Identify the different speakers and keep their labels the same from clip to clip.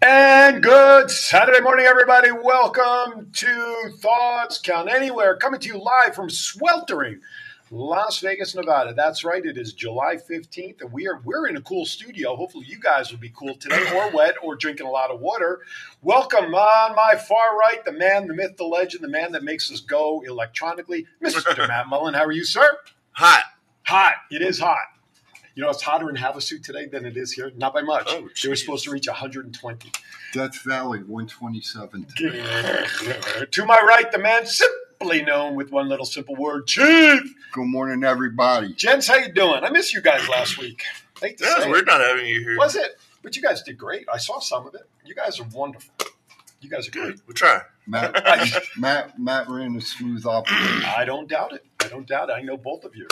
Speaker 1: And good Saturday morning, everybody. Welcome to Thoughts Count Anywhere, coming to you live from sweltering Las Vegas, Nevada. That's right. It is July 15th, and we are we're in a cool studio. Hopefully, you guys will be cool today, or wet, or drinking a lot of water. Welcome on my far right, the man, the myth, the legend, the man that makes us go electronically, Mr. Matt Mullen. How are you, sir?
Speaker 2: Hot.
Speaker 1: Hot. It is hot. You know, it's hotter in Havasu today than it is here. Not by much.
Speaker 2: Oh,
Speaker 1: they were
Speaker 2: geez.
Speaker 1: supposed to reach 120.
Speaker 3: Dutch Valley, 127.
Speaker 1: to my right, the man simply known with one little simple word, Chief.
Speaker 3: Good morning, everybody.
Speaker 1: Gents, how you doing? I missed you guys last week. Hate to
Speaker 2: That was
Speaker 1: say
Speaker 2: weird not having you here.
Speaker 1: It. Was it? But you guys did great. I saw some of it. You guys are wonderful. You guys are
Speaker 2: Good.
Speaker 1: great.
Speaker 2: We'll try.
Speaker 3: Matt,
Speaker 1: I,
Speaker 3: Matt, Matt ran a smooth operation.
Speaker 1: I don't doubt it. I don't doubt it. I know both of you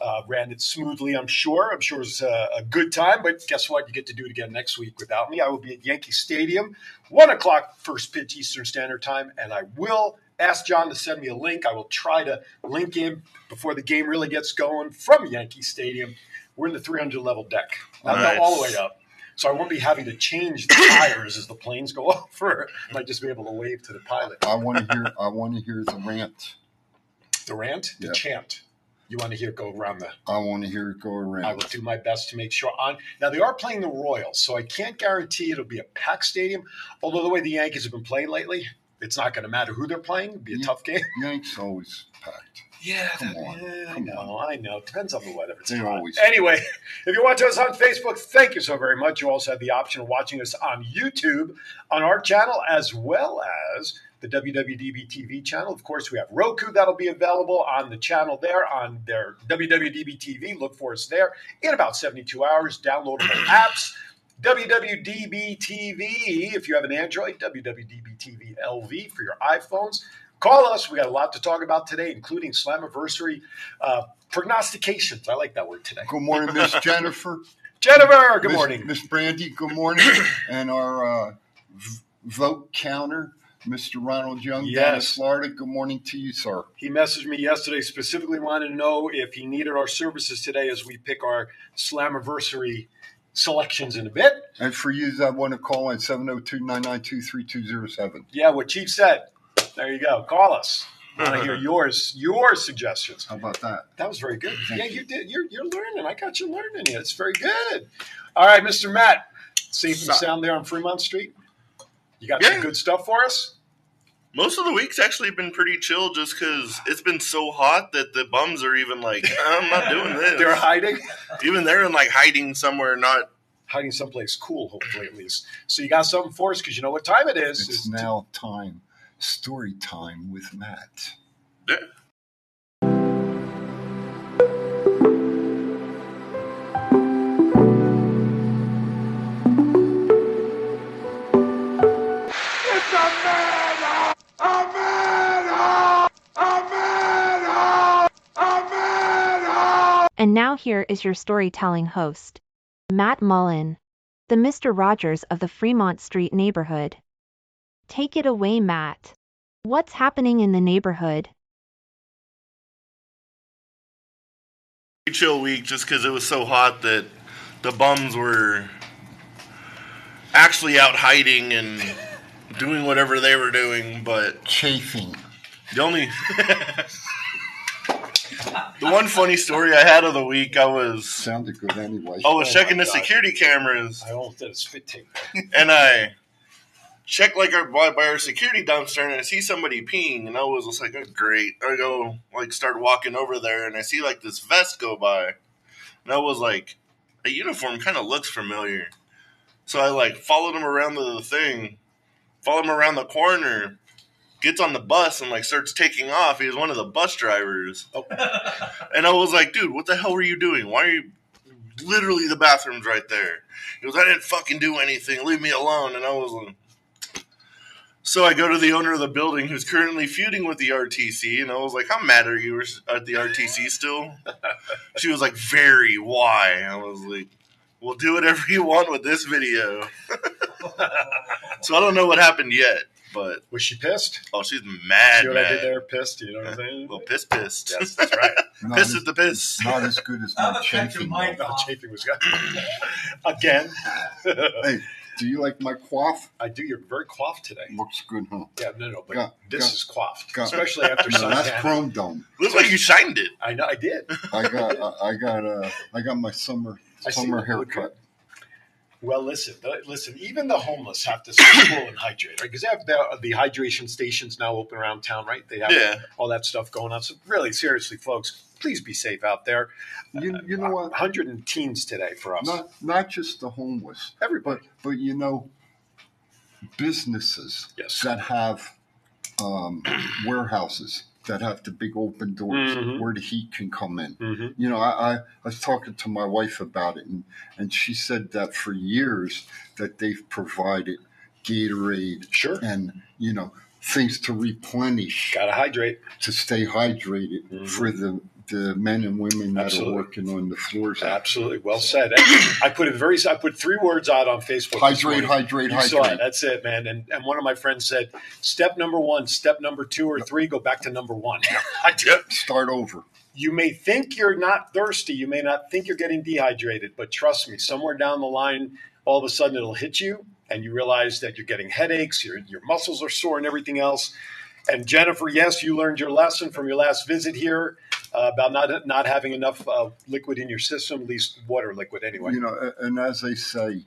Speaker 1: uh, ran it smoothly. I'm sure. I'm sure it was uh, a, a good time. But guess what? You get to do it again next week without me. I will be at Yankee Stadium, one o'clock first pitch Eastern Standard Time, and I will ask John to send me a link. I will try to link in before the game really gets going from Yankee Stadium. We're in the 300 level deck, not the-
Speaker 2: Nice.
Speaker 1: all the way up. So I won't be having to change the tires as the planes go over. I might just be able to wave to the pilot.
Speaker 3: I want to hear. I want to hear the rant.
Speaker 1: the rant, the
Speaker 3: Yeah.
Speaker 1: chant. You want to hear it go around the.
Speaker 3: I want to hear it go
Speaker 1: I will
Speaker 3: around.
Speaker 1: do my best to make sure. On now, they are playing the Royals, so I can't guarantee it'll be a packed stadium. Although the way the Yankees have been playing lately, it's not going to matter who they're playing. It'll be a
Speaker 3: Yeah.
Speaker 1: tough game.
Speaker 3: Yanks always packed.
Speaker 1: Yeah,
Speaker 3: Come on.
Speaker 1: I
Speaker 3: Come
Speaker 1: know, I know. Depends on the weather. It's
Speaker 3: They
Speaker 1: hot.
Speaker 3: always-
Speaker 1: Anyway, if you watch us on Facebook, thank you so very much. You also have the option of watching us on YouTube on our channel as well as the WWDB TV channel. Of course, we have Roku that'll be available on the channel there on their WWDB TV. Look for us there in about 72 hours. Downloadable apps. WWDB TV if you have an Android, WWDB TV LV for your iPhones. Call us. We got a lot to talk about today, including Slammiversary uh, prognostications. I like that word today.
Speaker 3: Good morning, Miss Jennifer.
Speaker 1: Jennifer, good
Speaker 3: Miss-
Speaker 1: morning.
Speaker 3: Miss Brandy. Good morning, and our uh, v- vote counter, Mr. Ronald Young down in
Speaker 1: Yes.
Speaker 3: Florida. Good morning to you, sir.
Speaker 1: He messaged me yesterday, specifically wanted to know if he needed our services today as we pick our Slammiversary selections in a bit.
Speaker 3: And for you that want to call in 702-992-3207.
Speaker 1: Yeah, what Chief said. There you go. Call us. want to hear yours, your suggestions.
Speaker 3: How about that?
Speaker 1: That was very good.
Speaker 3: Thank
Speaker 1: yeah,
Speaker 3: you.
Speaker 1: you did. You're, you're learning. I got you learning. here. It's very good. All right, Mr. Matt, safe and
Speaker 2: Sorry.
Speaker 1: sound there on Fremont Street. You got some
Speaker 2: Yeah.
Speaker 1: good stuff for us.
Speaker 2: Most of the week's actually been pretty chill just because it's been so hot that the bums are even like, I'm not doing this.
Speaker 1: They're hiding,
Speaker 2: even they're in like hiding somewhere, not.
Speaker 1: hiding someplace cool, hopefully at least. So you got something for us because you know what time it is.
Speaker 3: It's now time. Story time with Matt.
Speaker 2: Yeah.
Speaker 4: And now here is your storytelling host, Matt Mullen, the Mr. Rogers of the Fremont Street neighborhood. Take it away, Matt. What's happening in the neighborhood?
Speaker 2: Pretty chill week just because it was so hot that the bums were actually out hiding and doing whatever they were doing, but
Speaker 3: Chafing.
Speaker 2: The only the one funny story I had of the week, I was
Speaker 3: Sounded good anyway.
Speaker 2: I was
Speaker 1: Oh
Speaker 2: checking
Speaker 1: my
Speaker 2: the
Speaker 1: God.
Speaker 2: security cameras,
Speaker 1: I almost did a spit take.
Speaker 2: and I checked like our by, by our security dumpster, and I see somebody peeing, and I was just like, oh, "Great!" I go like start walking over there, and I see like this vest go by, and I was like, "The uniform kind of looks familiar," so I like followed him around the thing, followed him around the corner. Gets on the bus and like starts taking off. He was one of the bus drivers.
Speaker 1: Oh.
Speaker 2: And I was like, dude, what the hell were you doing? Why are you literally the bathroom's right there? He goes, I didn't fucking do anything. Leave me alone. And I was like, so I go to the owner of the building who's currently feuding with the RTC, and I was like, "How mad are you at the RTC still?" she was like, "Very. Why?" I was like, "Well, do whatever you want with this video." so I don't know what happened yet, but
Speaker 1: Was she pissed?
Speaker 2: oh, she's mad,
Speaker 1: See what I did
Speaker 2: mad.
Speaker 1: there? Pissed. You know what I'm saying?
Speaker 2: uh, Well, piss, pissed.
Speaker 1: yes, that's right.
Speaker 3: not,
Speaker 2: piss
Speaker 3: as,
Speaker 2: is the piss.
Speaker 3: not as good as
Speaker 5: I'm
Speaker 3: my
Speaker 1: Oh,
Speaker 5: affected
Speaker 3: chafing.
Speaker 5: by
Speaker 3: though.
Speaker 1: Chafing was good. Again.
Speaker 3: Hey, Do you like my quaff?
Speaker 1: I do. You're very coiffed today.
Speaker 3: Looks good, huh?
Speaker 1: Yeah, no, no, but
Speaker 3: Yeah,
Speaker 1: this
Speaker 3: yeah.
Speaker 1: is coiffed,
Speaker 3: Yeah.
Speaker 1: especially after
Speaker 3: No, that's
Speaker 1: suntan.
Speaker 3: chrome dome.
Speaker 2: Looks like you shined it.
Speaker 1: I know, I did.
Speaker 3: I got, I, I got, uh, I got my summer,
Speaker 1: I see
Speaker 3: summer
Speaker 1: that. Look
Speaker 3: haircut.
Speaker 1: Well, listen, th- listen. Even the homeless have to stay cool and hydrate, right? Because they have the, the hydration stations now open around town, right? They have
Speaker 2: Yeah.
Speaker 1: all that stuff going on. So, really, seriously, folks, please be safe out there.
Speaker 3: You, you know what?
Speaker 1: Hundred and teens today for us.
Speaker 3: Not, not just the homeless,
Speaker 1: Everybody.
Speaker 3: but, but you know, businesses
Speaker 1: Yes.
Speaker 3: that have um, warehouses that have the big open doors
Speaker 1: Mhm.
Speaker 3: where the heat can come in.
Speaker 1: Mm-hmm.
Speaker 3: You know, I, I, I was talking to my wife about it, and, and she said that for years that they've provided Gatorade
Speaker 1: Sure.
Speaker 3: and you know things to replenish
Speaker 1: Gotta hydrate.
Speaker 3: to stay hydrated
Speaker 1: Mhm.
Speaker 3: for the the men and women that
Speaker 1: Absolutely.
Speaker 3: are working on the floors. out
Speaker 1: Absolutely. Well said. I put it very. I put three words out on Facebook. this
Speaker 3: Hydrate,
Speaker 1: morning.
Speaker 3: hydrate,
Speaker 1: You saw it.
Speaker 3: hydrate.
Speaker 1: That's it, man. And and one of my friends said, step number one, step number two or three, go back to number one. I did.
Speaker 3: Start over.
Speaker 1: You may think you're not thirsty. You may not think you're getting dehydrated, but trust me, somewhere down the line, all of a sudden it'll hit you, and you realize that you're getting headaches, your your muscles are sore, and everything else. And Jennifer, yes, you learned your lesson from your last visit here uh, about not not having enough uh, liquid in your system, at least water liquid, anyway.
Speaker 3: You know, a- and as they say,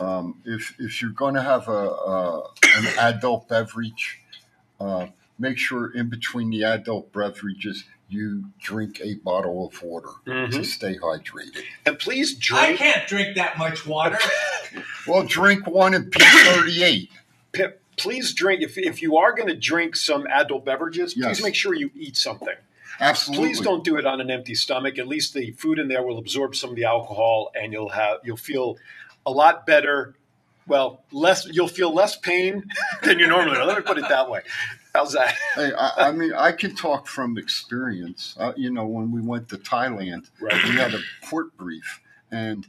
Speaker 3: um, if if you're going to have a, a an adult beverage, uh, make sure in between the adult beverages you drink a bottle of water to
Speaker 1: Mhm.
Speaker 3: stay hydrated.
Speaker 1: And please
Speaker 5: I
Speaker 1: drink.
Speaker 5: can't drink that much water.
Speaker 3: Well, drink one in P38.
Speaker 1: Pip, please drink. If, if you are going to drink some adult beverages,
Speaker 3: Yes.
Speaker 1: please make sure you eat something.
Speaker 3: Absolutely.
Speaker 1: Please don't do it on an empty stomach. At least the food in there will absorb some of the alcohol, and you'll have you'll feel a lot better. Well, less you'll feel less pain than you normally. Let me put it that way. How's that?
Speaker 3: Hey, I, I mean, I can talk from experience. Uh, you know, when we went to Thailand,
Speaker 1: Right.
Speaker 3: we had a port brief and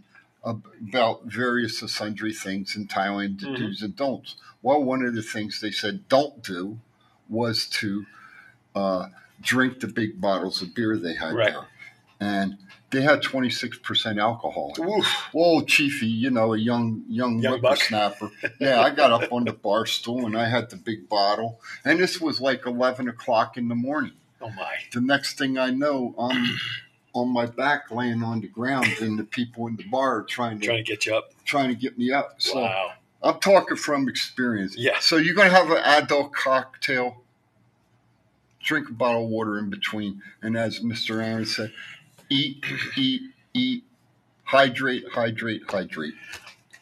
Speaker 3: ab- about various and sundry things in Thailand, the
Speaker 1: Mhm.
Speaker 3: do's and don'ts. Well, one of the things they said don't do was to uh, drink the big bottles of beer they had
Speaker 1: Right.
Speaker 3: there, and they had twenty six percent alcohol. in it.
Speaker 1: Oof.
Speaker 3: Whoa, Chiefy, you know, a young young,
Speaker 1: Young buck.
Speaker 3: whippersnapper. yeah, I got up on the bar stool and I had the big bottle. And this was like eleven o'clock in the morning.
Speaker 1: Oh my.
Speaker 3: The next thing I know, I'm on my back laying on the ground and the people in the bar are trying to
Speaker 1: Trying to get you up.
Speaker 3: trying to get me up. So
Speaker 1: wow.
Speaker 3: I'm talking from experience.
Speaker 1: Yeah.
Speaker 3: So you're gonna have an adult cocktail, drink a bottle of water in between, and as Mr. Aaron said, eat, eat, eat, hydrate, hydrate, hydrate.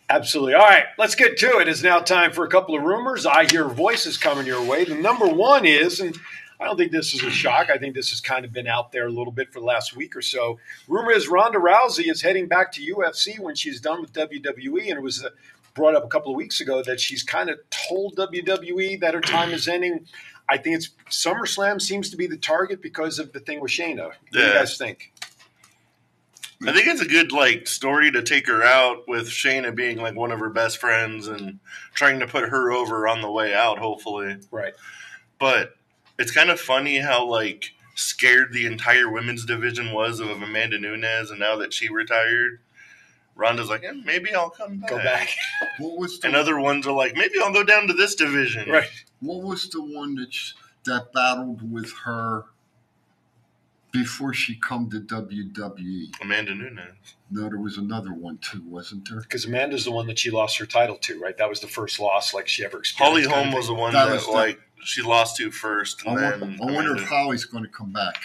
Speaker 1: Absolutely. All right, let's get to it. It's now time for a couple of rumors. I hear voices coming your way. The number one is, and I don't think this is a shock. I think this has kind of been out there a little bit for the last week or so. Rumor is Ronda Rousey is heading back to UFC when she's done with WWE, and it was uh, brought up a couple of weeks ago that she's kind of told WWE that her time is ending. I think it's SummerSlam seems to be the target because of the thing with Shayna. What do you
Speaker 2: Yeah.
Speaker 1: guys think?
Speaker 2: I think it's a good like story to take her out with Shayna being like one of her best friends and trying to put her over on the way out, hopefully.
Speaker 1: Right.
Speaker 2: But it's kind of funny how like scared the entire women's division was of Amanda Nunes, and now that she retired, Ronda's like, eh, maybe I'll come back.
Speaker 1: Go back.
Speaker 3: What was the
Speaker 2: And other ones are like, maybe I'll go down to this division.
Speaker 1: Right.
Speaker 3: What was the one that sh- that battled with her before she come to WWE?
Speaker 2: Amanda Nunes.
Speaker 3: No, there was another one too, wasn't there?
Speaker 1: Because Amanda's the one that she lost her title to, right? That was the first loss like she ever
Speaker 2: Holly
Speaker 1: experienced. kind
Speaker 2: Holm
Speaker 1: of
Speaker 2: was the one
Speaker 3: That
Speaker 2: that,
Speaker 3: was the-
Speaker 2: like she lost to first,
Speaker 3: I,
Speaker 2: and
Speaker 3: won-
Speaker 2: then
Speaker 3: I wonder if
Speaker 2: Amanda-
Speaker 3: Holly's going to come back.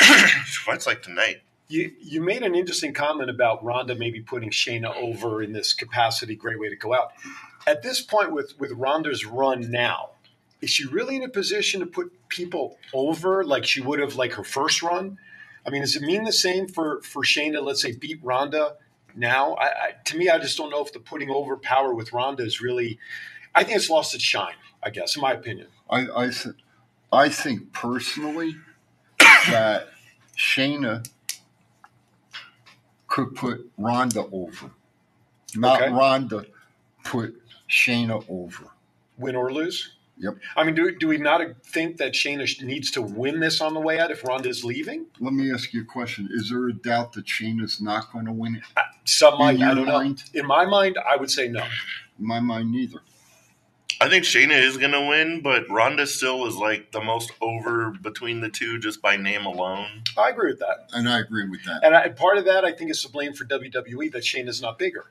Speaker 2: she fights like tonight.
Speaker 1: You you made an interesting comment about Ronda maybe putting Shayna over in this capacity. Great way to go out. At this point, with with Ronda's run now, is she really in a position to put people over like she would have like her first run? I mean, does it mean the same for for Shayna? Let's say beat Ronda now. I, I, to me, I just don't know if the putting over power with Ronda is really. I think it's lost its shine. I guess, in my opinion.
Speaker 3: I I, th- I think personally that Shayna could put Ronda over, not
Speaker 1: Okay.
Speaker 3: Ronda put Shayna over.
Speaker 1: Win or lose.
Speaker 3: Yep.
Speaker 1: I mean, do, do we not think that Shayna needs to win this on the way out if Ronda's leaving?
Speaker 3: Let me ask you a question. Is there a doubt that Shayna's not going to win it?
Speaker 1: Some might,
Speaker 3: In your
Speaker 1: I don't
Speaker 3: mind?
Speaker 1: know. In my mind, I would say no.
Speaker 3: In my mind, neither.
Speaker 2: I think Shayna is going to win, but Ronda still is like the most over between the two just by name alone.
Speaker 1: I agree with that.
Speaker 3: And I agree with that.
Speaker 1: And I, part of that, I think, is to blame for WWE that Shayna's not bigger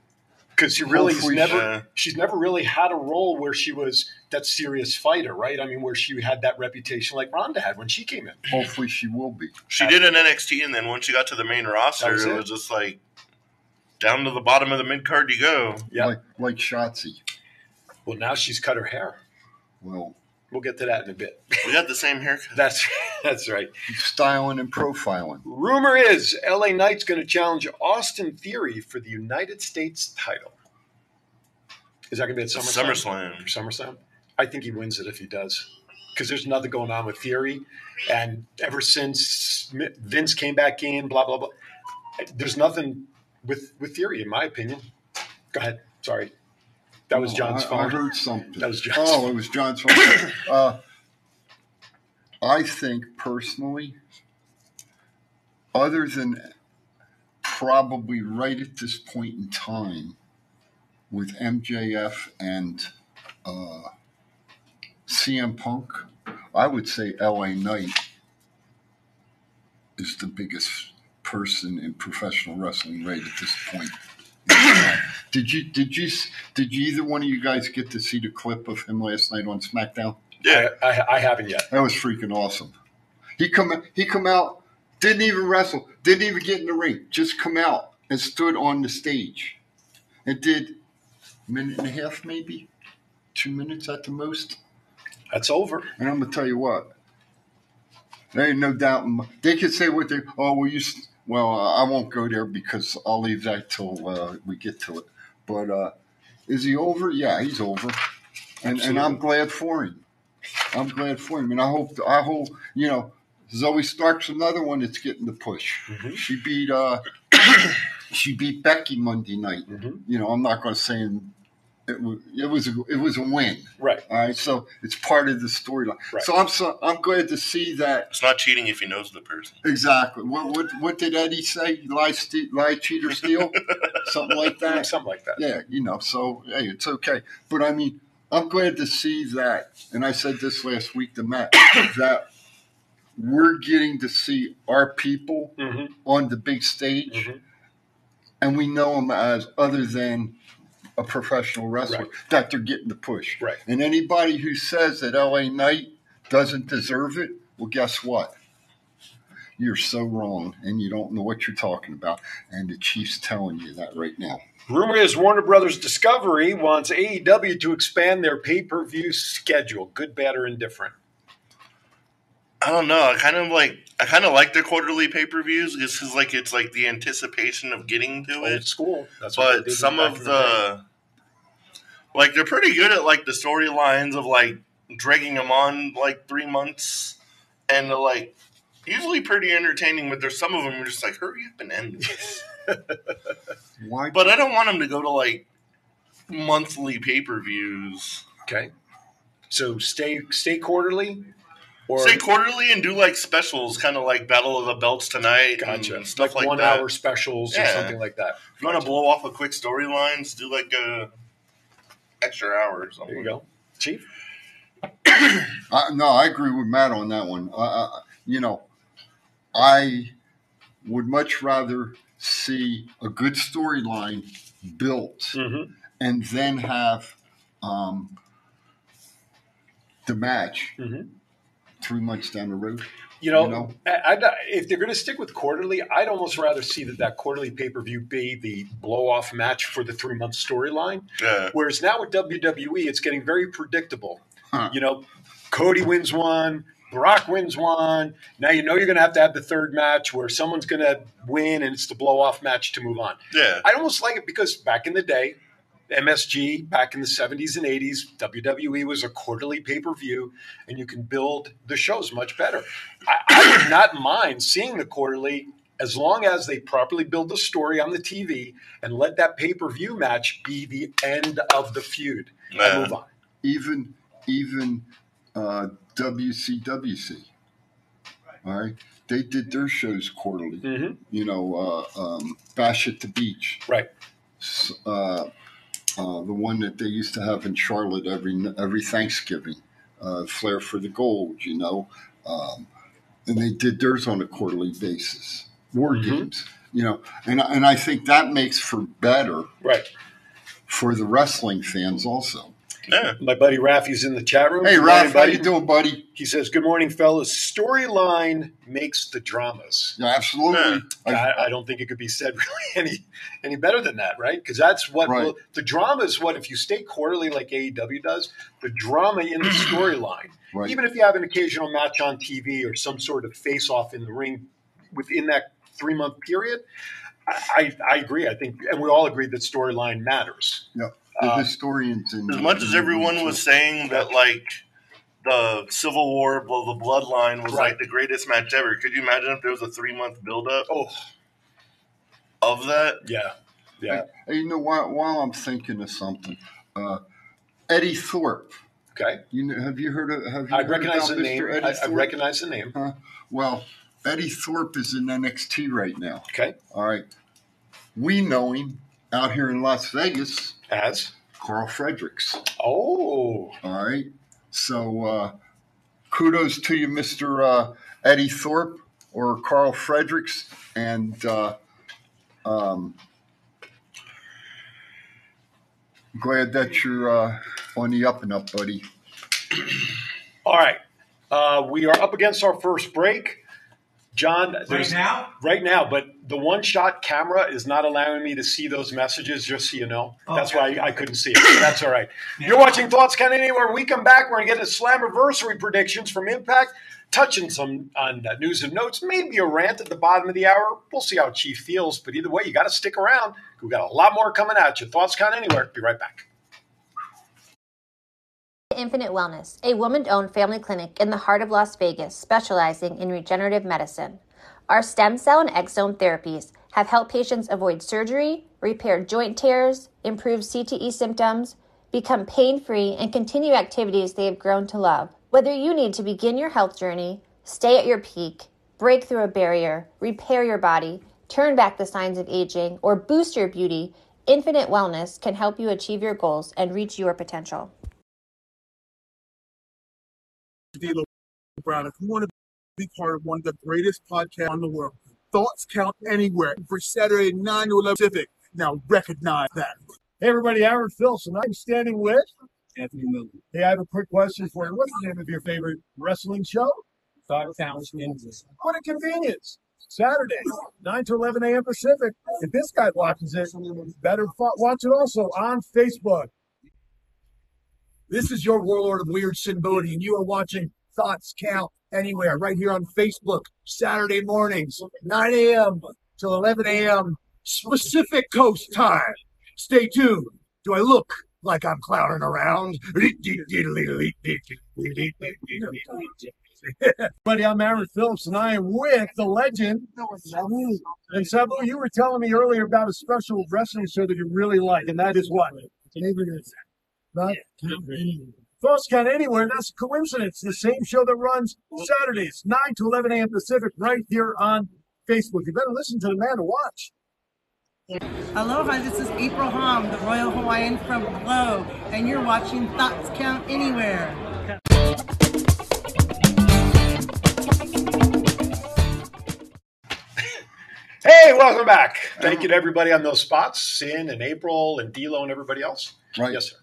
Speaker 1: because she really has
Speaker 3: Hopefully,
Speaker 1: never
Speaker 2: yeah.
Speaker 1: she's never really had a role where she was that serious fighter, right? I mean, where she had that reputation like Ronda had when she came in.
Speaker 3: Hopefully, she will be.
Speaker 2: She did an NXT, and then once she got to the main roster,
Speaker 1: That was
Speaker 2: it.
Speaker 1: it.
Speaker 2: was just like down to the bottom of the mid card you go.
Speaker 1: Yeah.
Speaker 3: Like like Shotzi.
Speaker 1: Well, now she's cut her hair.
Speaker 3: Well,
Speaker 1: We'll get to that in a bit.
Speaker 2: We got the same haircut.
Speaker 1: That's that's right.
Speaker 3: styling and profiling.
Speaker 1: Rumor is LA Knight's going to challenge Austin Theory for the United States title. Is that going to be at SummerSlam?
Speaker 2: SummerSlam.
Speaker 1: SummerSlam? I think he wins it if he does. Because there's nothing going on with Theory. And ever since Mi- Vince came back in, blah, blah, blah. There's nothing with, with Theory, in my opinion. Go ahead. Sorry. That was
Speaker 3: Oh,
Speaker 1: John's
Speaker 3: I, I
Speaker 1: phone.
Speaker 3: heard something.
Speaker 1: That was John's
Speaker 3: Oh, it was John's phone. uh, I think personally, other than probably right at this point in time with MJF and uh, CM Punk, I would say LA Knight is the biggest person in professional wrestling right at this point. Did you did you did you either one of you guys get to see the clip of him last night on SmackDown?
Speaker 2: Yeah.
Speaker 1: I, I, I haven't yet.
Speaker 3: That was freaking awesome. He come he come out, didn't even wrestle, didn't even get in the ring, just come out and stood on the stage, and did a minute and a half maybe, two minutes at the most.
Speaker 1: That's over.
Speaker 3: And I'm gonna tell you what, there ain't no doubt. in my- They could say what they oh well you s- well uh, I won't go there because I'll leave that till uh, we get to it. But uh, is he over? Yeah, he's over, and and I'm glad for him. I'm glad for him, and I hope I hope you know Zoe Stark's another one that's getting the push. She beat uh, she beat Becky Monday night.
Speaker 1: Mhm.
Speaker 3: You know I'm not going to say it was it was a, it was a win.
Speaker 1: Right.
Speaker 3: All right, so it's part of the storyline.
Speaker 1: Right.
Speaker 3: So I'm so I'm glad to see that
Speaker 2: It's not cheating if he knows the person.
Speaker 3: exactly. What what what did Eddie say? Lie, ste- lie, cheat or steal, something like that.
Speaker 1: Something like that.
Speaker 3: Yeah, you know. So hey, it's okay. But I mean, I'm glad to see that. And I said this last week to Matt that we're getting to see our people
Speaker 1: Mhm.
Speaker 3: on the big stage,
Speaker 1: Mhm.
Speaker 3: and we know them as other than a professional wrestler
Speaker 1: Right.
Speaker 3: that they're getting the push.
Speaker 1: Right.
Speaker 3: And anybody who says that LA Knight doesn't deserve it, well, guess what? You're so wrong, and you don't know what you're talking about. And the Chief's telling you that right now.
Speaker 1: Rumor is Warner Brothers Discovery wants AEW to expand their pay per view schedule, good, bad, or indifferent.
Speaker 2: I don't know. I kind of like. I kind of like the quarterly pay per views because like it's like the anticipation of getting to
Speaker 1: Old
Speaker 2: it.
Speaker 1: school. That's what they
Speaker 2: But
Speaker 1: did
Speaker 2: some
Speaker 1: back
Speaker 2: of
Speaker 1: in day.
Speaker 2: the like they're pretty good at like the storylines of like dragging them on like three months and they're like usually pretty entertaining. But there's some of them you're just like hurry up and end this.
Speaker 3: Why?
Speaker 2: But I don't want them to go to like monthly pay per views.
Speaker 1: okay. So stay stay quarterly, or
Speaker 2: Say quarterly and do like specials, kind of like Battle of the Belts tonight,
Speaker 1: gotcha,
Speaker 2: and stuff like,
Speaker 1: one
Speaker 2: that.
Speaker 1: hour specials or
Speaker 2: Yeah.
Speaker 1: something like that.
Speaker 2: If you want
Speaker 1: Gotcha.
Speaker 2: to blow off a quick storylines, do like a extra hour or something.
Speaker 1: There you go, Chief.
Speaker 3: I, no, I agree with Matt on that one. Uh, uh, you know, I would much rather see a good storyline built
Speaker 1: Mm-hmm.
Speaker 3: and then have um, the match
Speaker 1: Mhm.
Speaker 3: three months down the road.
Speaker 1: You know,
Speaker 3: You know?
Speaker 1: I, I'd- if they're going to stick with quarterly, I'd almost rather see that that quarterly pay per view be the blow off match for the three month storyline.
Speaker 2: Yeah.
Speaker 1: Whereas now with WWE, it's getting very predictable.
Speaker 3: Huh.
Speaker 1: You know, Cody wins one, Brock wins one. Now you know you're going to have to have the third match where someone's going to win and it's the blow off match to move on.
Speaker 2: Yeah.
Speaker 1: I almost like it because back in the day, MSG back in the 70s and 80s, WWE E was a quarterly pay per view, and you can build the shows much better. I, I would not mind seeing the quarterly as long as they properly build the story on the TV and let that pay per view match be the end of the feud.
Speaker 2: Yeah.
Speaker 1: And move on.
Speaker 3: Even even uh, WCWC. All right, they did their shows quarterly.
Speaker 1: hmm
Speaker 3: You know, uh, um, Bash at the Beach,
Speaker 1: Right.
Speaker 3: s- uh, uh, the one that they used to have in Charlotte every every Thanksgiving, uh, Flair for the Gold. You know, um, and they did theirs on a quarterly basis. War
Speaker 1: Mhm.
Speaker 2: Mm-hmm.
Speaker 3: games. You know, and I- and I think that makes for better
Speaker 1: Right.
Speaker 3: for the wrestling fans also.
Speaker 2: Yeah.
Speaker 1: My buddy Rafi's in the chat room.
Speaker 3: Hey,
Speaker 1: Good
Speaker 3: Ralph,
Speaker 1: morning,
Speaker 3: how
Speaker 1: buddy.
Speaker 3: you doing, buddy?
Speaker 1: He says, "Good morning, fellas. Storyline makes the dramas."
Speaker 3: Yeah, absolutely. I-
Speaker 1: I, I don't think it could be said really any any better than that, right? Because that's what
Speaker 3: Right.
Speaker 1: will, the drama is. What if you stay quarterly like AEW does? The drama in the storyline,
Speaker 3: right.
Speaker 1: even if you have an occasional match on TV or some sort of face-off in the ring within that three-month period, I, I, I agree. I think, and we all agree that storyline matters.
Speaker 3: Yeah. The
Speaker 1: Uh,
Speaker 3: historians and
Speaker 2: As much as everyone was saying that, like, the Civil War, bl- the Bloodline was
Speaker 1: Right.
Speaker 2: like the greatest match ever. Could you imagine if there was a three month buildup
Speaker 1: oh
Speaker 2: of that?
Speaker 1: yeah, yeah.
Speaker 3: Hey, you know, while, while I'm thinking of something, uh, Eddie Thorpe.
Speaker 1: Okay,
Speaker 3: You know, have you heard of? Have you
Speaker 1: I
Speaker 3: heard
Speaker 1: recognize the
Speaker 3: about Mr.
Speaker 1: name.
Speaker 3: Eddie
Speaker 1: I, I
Speaker 3: Thorpe?
Speaker 1: recognize the name.
Speaker 3: Huh? Well, Eddie Thorpe is in NXT right now.
Speaker 1: Okay,
Speaker 3: All right, we know him out here in Las Vegas.
Speaker 1: as
Speaker 3: Carl Fredericks.
Speaker 1: oh
Speaker 3: All right, so uh, kudos to you, Mister uh, Eddie Thorpe or Carl Fredericks, and uh, um, glad that you're uh, on the up and up, buddy.
Speaker 1: All right. Uh, we are up against our first break. John,
Speaker 5: Right
Speaker 1: there's,
Speaker 5: now?
Speaker 1: right now, but the one shot camera is not allowing me to see those messages, just so you know.
Speaker 5: Oh,
Speaker 1: That's
Speaker 5: gotcha.
Speaker 1: why I, I couldn't see it. but That's all right. You're watching Thoughts Count Anywhere. When we come back, we're going to get into Slammiversary predictions from Impact, touching some on uh, news and notes, maybe a rant at the bottom of the hour. We'll see how Chief feels, but either way, you got to stick around. We've got a lot more coming at you. Thoughts Count Anywhere. Be right back.
Speaker 6: Infinite Wellness, a woman owned family clinic in the heart of Las Vegas specializing in regenerative medicine. Our stem cell and exome therapies have helped patients avoid surgery, repair joint tears, improve CTE symptoms, become pain free, and continue activities they have grown to love. Whether you need to begin your health journey, stay at your peak, break through a barrier, repair your body, turn back the signs of aging, or boost your beauty, Infinite Wellness can help you achieve your goals and reach your potential.
Speaker 7: D'Lo Brown. If you want to be part of one of the greatest podcasts on the world, thoughts count anywhere for Saturday 9 to 11 Pacific. Now recognize that. Hey everybody, Aaron Philson. I'm standing with Anthony Miller. Hey, I have a quick question for you. What's the name of your favorite wrestling show? Thoughts Count What a convenience! Saturday, 9 to 11 a.m. Pacific. If this guy watches it, better fo- watch it also on Facebook. This is your warlord of weird Sin Bodhi, and you are watching Thoughts Count Anywhere right here on Facebook, Saturday mornings, 9 a.m. till 11 a.m. Pacific Coast time. Stay tuned. Do I look like I'm clowning around? Buddy, I'm Aaron Phillips, and I am with the legend. Sabu. And Sabu, you were telling me earlier about a special wrestling show that you really like, and that is what? Not Thoughts Count Anywhere, that's a coincidence. The same show that runs Saturdays, 9 to 11 a.m. Pacific, right here on Facebook. You better listen to the man to watch.
Speaker 8: Aloha, this is April Hom, the Royal Hawaiian from Glow, and you're watching Thoughts Count Anywhere.
Speaker 1: Hey, welcome back. Thank you to everybody on those spots, Sin and April and D'Lo and everybody else.
Speaker 3: Right.
Speaker 1: Yes, sir.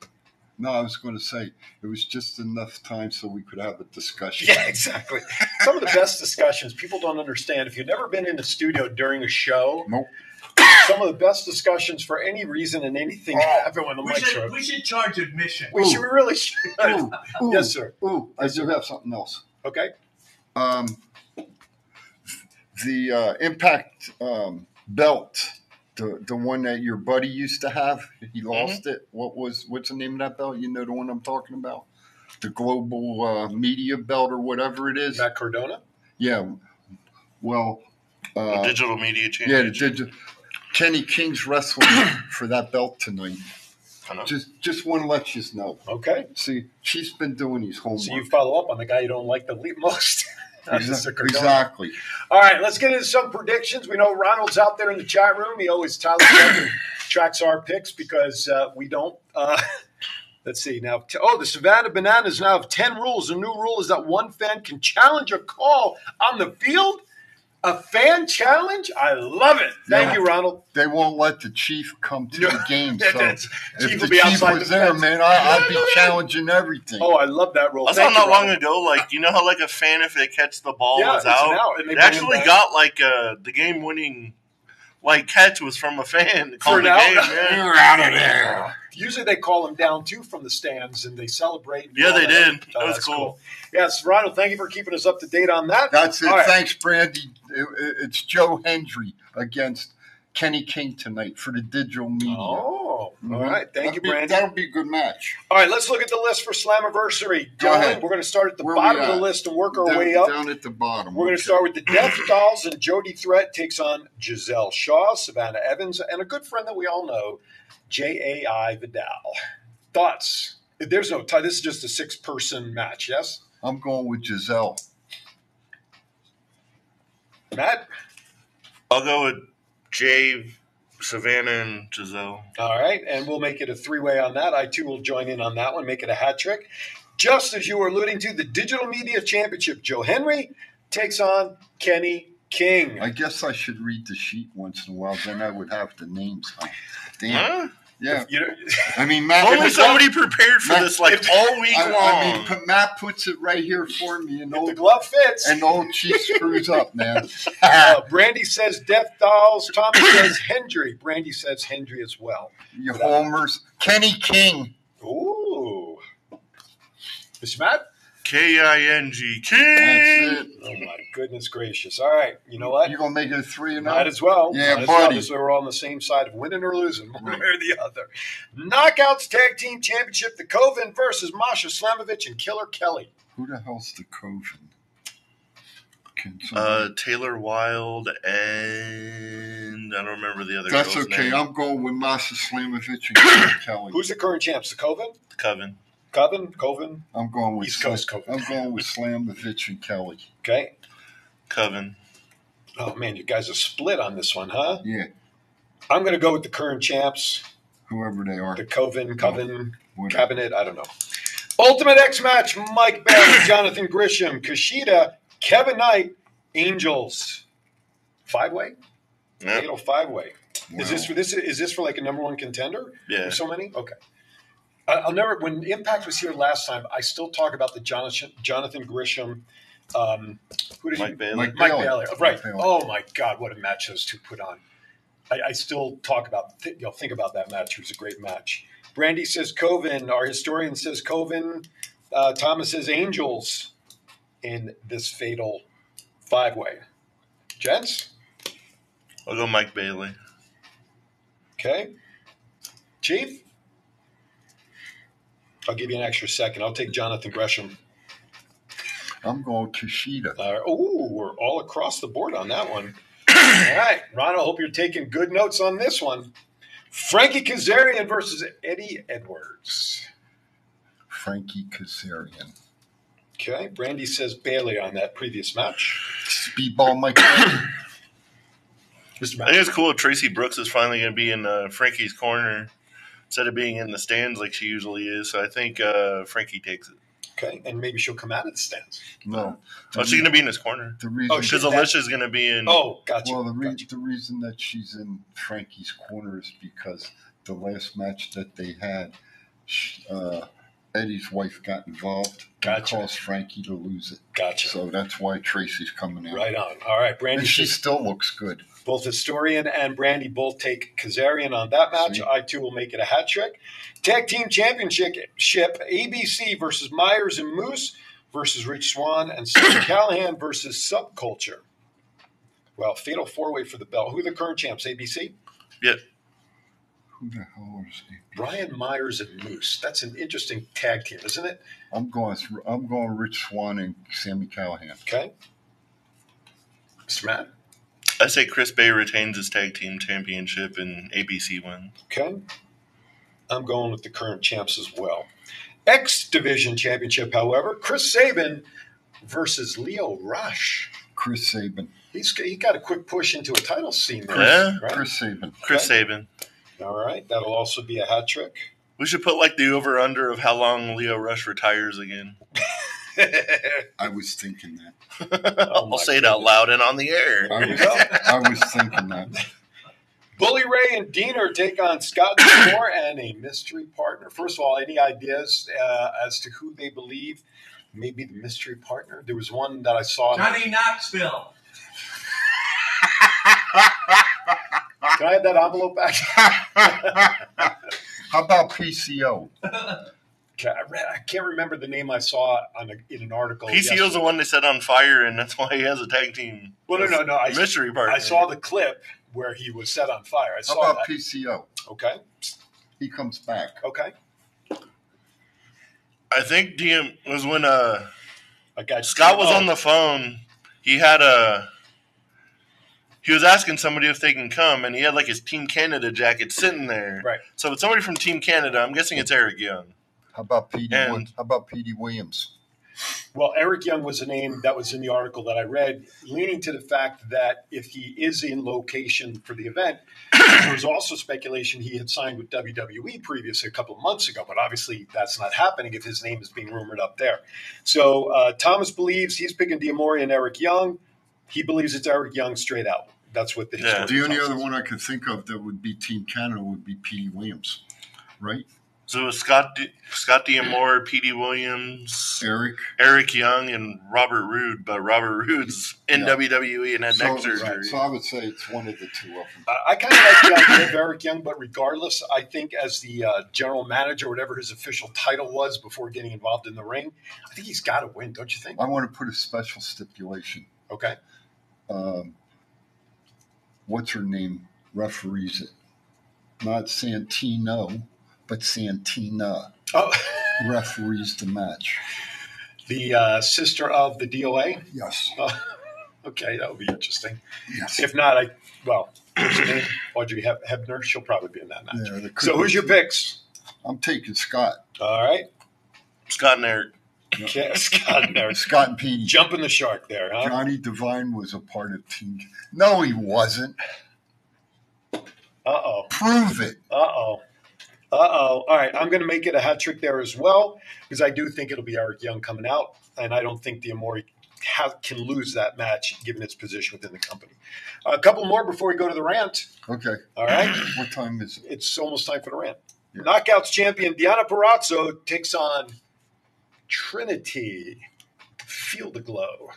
Speaker 3: No, I was going to say it was just enough time so we could have a discussion.
Speaker 1: Yeah, exactly. Some of the best discussions people don't understand. If you've never been in a studio during a show,
Speaker 3: Nope.
Speaker 1: some of the best discussions for any reason and anything happen when the
Speaker 5: We
Speaker 1: mics are.
Speaker 5: should,
Speaker 1: We,
Speaker 5: we should charge admission.
Speaker 1: we should we really should.
Speaker 3: Ooh, ooh,
Speaker 1: Yes, sir.
Speaker 3: Ooh, I do have something else.
Speaker 1: Okay.
Speaker 3: Um, the uh, impact um, belt, the the one that your buddy used to have, he
Speaker 1: Mm-hmm.
Speaker 3: lost it. What was what's the name of that belt? You know the one I'm talking about, the global uh, media belt or whatever it is.
Speaker 1: Matt Cardona.
Speaker 3: Yeah. Well,
Speaker 2: The
Speaker 3: uh,
Speaker 2: digital media
Speaker 3: yeah, the
Speaker 2: change.
Speaker 3: digi- Kenny King's wrestling for that belt tonight.
Speaker 2: kind of
Speaker 3: Just just want to let you know.
Speaker 1: Okay.
Speaker 3: See, she's been doing his homework.
Speaker 1: So you follow up on the guy you don't like the le- most. That's just a
Speaker 3: Exa-
Speaker 1: Cardona.
Speaker 3: exactly.
Speaker 1: All right, let's get into some predictions. We know Ronald's out there in the chat room. He always Tyler Perry tracks our picks because uh, we don't. Uh, let's see now. T- oh, the Savannah Bananas now have ten rules. The new rule is that one fan can challenge a call on the field. A fan challenge? I love it. Thank
Speaker 3: Yeah.
Speaker 1: you, Ronald.
Speaker 3: They won't let the chief come to the game. So
Speaker 1: Yeah, that's-
Speaker 3: if
Speaker 1: Chief
Speaker 3: the
Speaker 1: will be
Speaker 3: chief
Speaker 1: outside
Speaker 3: was
Speaker 1: the
Speaker 3: there,
Speaker 1: fence.
Speaker 3: man, I, I'd be challenging everything.
Speaker 1: Oh, I love that rule.
Speaker 2: I saw
Speaker 1: Thank you,
Speaker 2: not long
Speaker 1: Ronald.
Speaker 2: ago, like you know how like a fan if they catch the ball
Speaker 1: Yeah,
Speaker 2: was
Speaker 1: it's
Speaker 2: out.
Speaker 1: an out, and
Speaker 2: they
Speaker 1: they bring it
Speaker 2: actually
Speaker 1: back.
Speaker 2: got like uh, the game winning like catch was from a fan
Speaker 1: For
Speaker 2: called the
Speaker 1: an out?
Speaker 2: game. Yeah,
Speaker 3: You're out of there.
Speaker 1: Usually they call him down too from the stands and they celebrate. and
Speaker 2: Yeah,
Speaker 1: all Oh,
Speaker 2: they did. That was
Speaker 1: that's
Speaker 2: cool.
Speaker 1: Yes, Ronald, thank you for keeping us up to date on that.
Speaker 3: That's it.
Speaker 1: All right.
Speaker 3: Thanks, Brandy. It- it- it's Joe Hendry against Kenny King tonight for the digital media.
Speaker 1: Oh, all
Speaker 3: Mhm.
Speaker 1: right. Thank you,
Speaker 3: That'd be-
Speaker 1: Brandon.
Speaker 3: That'll be a good match.
Speaker 1: All right, let's look at the list for Slammiversary.
Speaker 3: Go
Speaker 1: Dylan,
Speaker 3: ahead.
Speaker 1: We're going to start at the
Speaker 3: Where we
Speaker 1: bottom of the
Speaker 3: at?
Speaker 1: list and work our
Speaker 3: down,
Speaker 1: way up.
Speaker 3: down at the bottom.
Speaker 1: We're going
Speaker 3: okay.
Speaker 1: to start with the Death Dolls, and Jody Threat takes on Giselle Shaw, Savannah Evans, and a good friend that we all know, J.A.I. Vidal. Thoughts? There's no tie. This is just a six person match, yes?
Speaker 3: I'm going with Giselle.
Speaker 1: Matt?
Speaker 2: I'll go with Jay, Savannah, and Giselle.
Speaker 1: All right, and we'll make it a three way on that. I too will join in on that one, make it a hat trick. Just as you were alluding to, the Digital Media Championship, Joe Henry takes on Kenny King.
Speaker 3: I guess I should read the sheet once in a while. Then I would have the names. Huh?
Speaker 2: Huh?
Speaker 3: Damn. Yeah.
Speaker 1: You know,
Speaker 3: I mean, Matt.
Speaker 2: Only somebody prepared for
Speaker 3: Matt-
Speaker 2: this like all week
Speaker 3: I,
Speaker 2: long.
Speaker 3: I mean, P- Matt puts it right here for me,
Speaker 1: if
Speaker 3: and
Speaker 1: the
Speaker 3: old
Speaker 1: glove fits.
Speaker 3: and old Chief screws up, man.
Speaker 1: Uh, Brandy says Death Dolls. Tommy says Hendry. Brandy says Hendry as well.
Speaker 3: you homers, Kenny King.
Speaker 1: Ooh. Mr. Matt?
Speaker 2: K Uh, I N G King.
Speaker 3: That's it.
Speaker 1: Oh, my goodness gracious. All right. You know what?
Speaker 3: You gonna make it a three and
Speaker 1: Might
Speaker 3: out?
Speaker 1: as well.
Speaker 3: Yeah,
Speaker 1: Might as well,
Speaker 3: buddy.
Speaker 1: just so we're all on the same side of winning or losing, one
Speaker 3: Right.
Speaker 1: way or the other. Knockouts Tag Team Championship, the Coven versus Masha Slamovich and Killer Kelly.
Speaker 3: Who the hell's the Coven? Can
Speaker 2: Uh,
Speaker 3: somebody-
Speaker 2: Taylor Wilde and I don't remember the other.
Speaker 3: that's
Speaker 2: girl's
Speaker 3: okay.
Speaker 2: name.
Speaker 3: I'm going with Masa Slamovich and Kenny Kelly.
Speaker 1: Who's the current champs? The Coven?
Speaker 2: Coven.
Speaker 1: Coven? Coven?
Speaker 3: I'm going with
Speaker 1: East Coast
Speaker 3: Slam-
Speaker 1: Coven.
Speaker 3: I'm going with Slamovich and Kelly.
Speaker 1: Okay.
Speaker 2: Coven.
Speaker 1: Oh, man, you guys are split on this one, huh?
Speaker 3: Yeah,
Speaker 1: I'm going to go with the current champs,
Speaker 3: whoever they are.
Speaker 1: the Coven, Coven,
Speaker 3: Whatever.
Speaker 1: Cabinet, I don't know. Ultimate X match Mike Bailey, Jonathan Grisham, Kushida, Kevin Knight, Angels. Five way?
Speaker 2: Yeah.
Speaker 1: Fatal five way. Is this
Speaker 3: Wow.
Speaker 1: for this? Is this for like a number one contender?
Speaker 2: Yeah.
Speaker 1: There's so many. Okay. I- I'll never. When Impact was here last time, I still talk about the Jonathan Jonathan Grisham. Um, who did
Speaker 2: Mike
Speaker 1: he,
Speaker 2: Bailey.
Speaker 3: Mike
Speaker 1: Mike
Speaker 3: Bailey.
Speaker 1: Bailey. Right.
Speaker 3: Mike Bailey.
Speaker 1: Oh my God, what a match those two put on. I, I still talk about. Th- you know, think about that match. It was a great match. Brandy says Coven. Our historian says Coven. Uh, Thomas says Angels in this fatal five way. Gents.
Speaker 2: I'll go Mike Bailey.
Speaker 1: Okay. Chief? I'll give you an extra second. I'll take Jonathan Gresham.
Speaker 3: I'm going Kushida.
Speaker 1: Uh, oh, we're all across the board on that one. all right. Ron, I hope you're taking good notes on this one. Frankie Kazarian versus Eddie Edwards.
Speaker 3: Frankie Kazarian.
Speaker 1: Okay. Brandy says Bailey on that previous match.
Speaker 3: Speedball Mike Bailey.
Speaker 1: Mr.
Speaker 2: I think
Speaker 1: Matt.
Speaker 2: it's cool. Tracy Brooks is finally going to be in uh, Frankie's corner instead of being in the stands like she usually is. So I think uh, Frankie takes it.
Speaker 1: Okay. And maybe she'll come out of the stands.
Speaker 3: No.
Speaker 2: Oh, she's going to be in his corner.
Speaker 3: The reason,
Speaker 1: Oh, she-
Speaker 2: Because Alicia's going to be in.
Speaker 1: Oh, gotcha.
Speaker 3: well, the, re-
Speaker 1: gotcha.
Speaker 3: the reason that she's in Frankie's corner is because the last match that they had, sh uh, Eddie's wife got involved and
Speaker 1: Gotcha.
Speaker 3: caused Frankie to lose it.
Speaker 1: Gotcha.
Speaker 3: So that's why Tracy's coming out.
Speaker 1: right on. All right. Brandy
Speaker 3: And she
Speaker 1: says
Speaker 3: still looks good.
Speaker 1: Both historian and Brandy both take Kazarian on that match.
Speaker 3: Sweet.
Speaker 1: I too will make it a hat trick. Tag team championship ship ABC versus Myers and Moose versus Rich Swan and Sam Callahan versus Subculture. Well, fatal four way for the belt. Who are the current champs? ABC.
Speaker 2: Yeah.
Speaker 3: Who the hell is he?
Speaker 1: Brian Myers and Moose. That's an interesting tag team, isn't it?
Speaker 3: I'm going. I'm going. Rich Swan and Sammy Callahan.
Speaker 1: Okay. Mr. Matt.
Speaker 2: I say Chris Bay retains his tag team championship and ABC wins.
Speaker 1: Okay. I'm going with the current champs as well. X Division Championship, however, Chris Sabin versus Leo Rush.
Speaker 3: Chris Saban.
Speaker 1: He's, he got a quick push into a title scene there.
Speaker 2: Yeah.
Speaker 1: right?
Speaker 3: Chris Saban.
Speaker 2: Chris Saban.
Speaker 1: All right. That'll also be a hat trick.
Speaker 2: We should put like the over under of how long Leo Rush retires again.
Speaker 3: I was thinking that.
Speaker 1: Oh my Oh,
Speaker 2: I'll say it out loud and on the air.
Speaker 3: I was, I was thinking that.
Speaker 1: Bully Ray and Diener take on Scott Moore and a mystery partner. First of all, any ideas uh, as to who they believe may be the mystery partner? There was one that I saw.
Speaker 5: Johnny Knoxville.
Speaker 1: Can I have that envelope back?
Speaker 3: How about PCO?
Speaker 1: Okay, I, read, I can't remember the name I saw on a, in an article.
Speaker 2: PCO's the
Speaker 1: yesterday.
Speaker 2: one they set on fire, and that's why he has a tag team.
Speaker 1: Well, no, no, no. I,
Speaker 2: mystery partner.
Speaker 1: I saw the clip where he was set on fire. I
Speaker 3: How
Speaker 1: saw
Speaker 3: about
Speaker 1: that.
Speaker 3: PCO?
Speaker 1: Okay,
Speaker 3: He comes back.
Speaker 1: okay.
Speaker 2: I think DM was when uh
Speaker 1: I got
Speaker 2: Scott was
Speaker 1: Oh.
Speaker 2: on the phone. He had a. He was asking somebody if they can come, and he had like his Team Canada jacket sitting there.
Speaker 1: Right.
Speaker 2: So it's somebody from Team Canada. I'm guessing it's Eric Young.
Speaker 3: How about PD?
Speaker 2: And-
Speaker 3: How about PD Williams?
Speaker 1: Well, Eric Young was a name that was in the article that I read, leaning to the fact that if he is in location for the event, there was also speculation he had signed with WWE previously a couple of months ago, but obviously that's not happening if his name is being rumored up there. So uh, Thomas believes he's picking Diamori and Eric Young. He believes it's Eric Young straight out. That's what the
Speaker 2: Yeah.
Speaker 1: history
Speaker 3: The only other one I could think of that would be Team Canada would be PD Williams, right?
Speaker 2: So it was Scott D- Scott D'Amore, P.D. Williams,
Speaker 3: Eric.
Speaker 2: Eric Young, and Robert Roode. But Robert Roode's in
Speaker 3: Yeah.
Speaker 2: WWE E and had
Speaker 3: So,
Speaker 2: neck surgery.
Speaker 3: so I would say it's one of the two of them.
Speaker 1: I- I kind of like the idea of Eric Young, but regardless, I think as the uh, general manager, whatever his official title was before getting involved in the ring, I think he's got to win, don't you think?
Speaker 3: I want to put a special stipulation.
Speaker 1: Okay.
Speaker 3: Um, what's her name? Referees it. Not Santino, but Santina
Speaker 1: Oh,
Speaker 3: referees the match.
Speaker 1: the uh, sister of the DOA.
Speaker 3: Yes.
Speaker 1: Oh, okay, that would be interesting.
Speaker 3: Yes.
Speaker 1: If not, I well, what's her name? Audrey Heb- Hebner. She'll probably be in that match.
Speaker 3: Yeah, there could
Speaker 1: so,
Speaker 3: be.
Speaker 1: who's your picks?
Speaker 3: I'm taking Scott.
Speaker 1: All right,
Speaker 2: Scott and Eric.
Speaker 1: okay, Scott and Eric.
Speaker 3: Scott and PD.
Speaker 1: Jumping the shark there, huh?
Speaker 3: Johnny Devine was a part of Team. No, he wasn't.
Speaker 1: Uh oh.
Speaker 3: Prove it.
Speaker 1: Uh oh. Uh oh. All right. I'm going to make it a hat trick there as well because I do think it'll be Eric Young coming out. And I don't think the Amori have, can lose that match given its position within the company. A couple more before we go to the rant.
Speaker 3: Okay.
Speaker 1: All right.
Speaker 3: What time is it?
Speaker 1: It's almost time for the rant. Knockouts champion Diana Perazzo takes on Trinity. Feel the glow.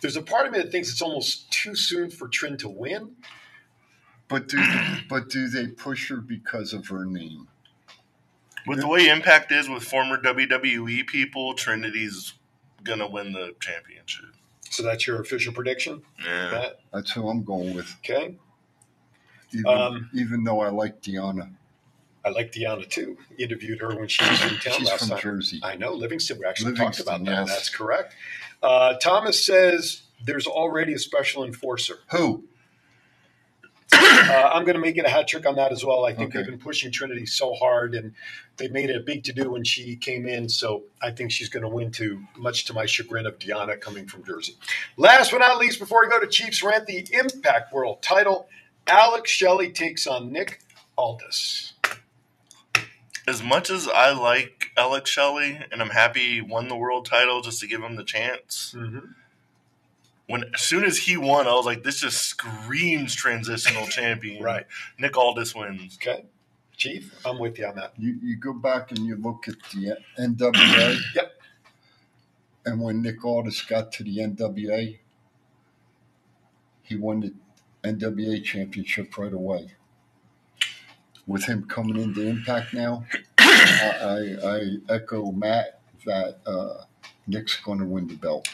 Speaker 1: There's a part of me that thinks it's almost too soon for Trin to win.
Speaker 3: But do but do they push her because of her name?
Speaker 2: With the way Impact is with former WWE people, Trinity's gonna win the championship.
Speaker 1: So that's your official prediction.
Speaker 2: Yeah.
Speaker 1: Matt?
Speaker 3: That's who I'm going with.
Speaker 1: Okay.
Speaker 3: Even,
Speaker 1: Um,
Speaker 3: even though I like Deanna,
Speaker 1: I like Deanna too. Interviewed her when she was in town
Speaker 3: she's
Speaker 1: last
Speaker 3: from
Speaker 1: time.
Speaker 3: Jersey.
Speaker 1: I know Livingston. We actually talked
Speaker 3: Livingston,
Speaker 1: about that.
Speaker 3: yes.
Speaker 1: That's correct. Uh, Thomas says there's already a special enforcer.
Speaker 3: Who?
Speaker 1: Uh, I'm going to make it a hat trick on that as well. I think
Speaker 3: Okay.
Speaker 1: they've been pushing Trinity so hard, and they made it a big to do when she came in. So I think she's going to win too, much to my chagrin of Deanna coming from Jersey. Last but not least, before we go to Chiefs rant, the Impact World Title. Alex Shelley takes on Nick Aldis.
Speaker 2: As much as I like Alex Shelley and I'm happy he won the world title just to give him the chance,
Speaker 1: Mm-hmm.
Speaker 2: when as soon as he won, I was like, this just screams transitional champion.
Speaker 1: Right.
Speaker 2: Nick Aldis wins.
Speaker 1: Okay. Chief, I'm with you on that.
Speaker 3: You you go back and you look at the NWA.
Speaker 1: Yep.
Speaker 3: And when Nick Aldis got to the NWA, he won the NWA championship right away. With him coming into Impact now, I, I, I echo Matt that uh, Nick's going to win the belt.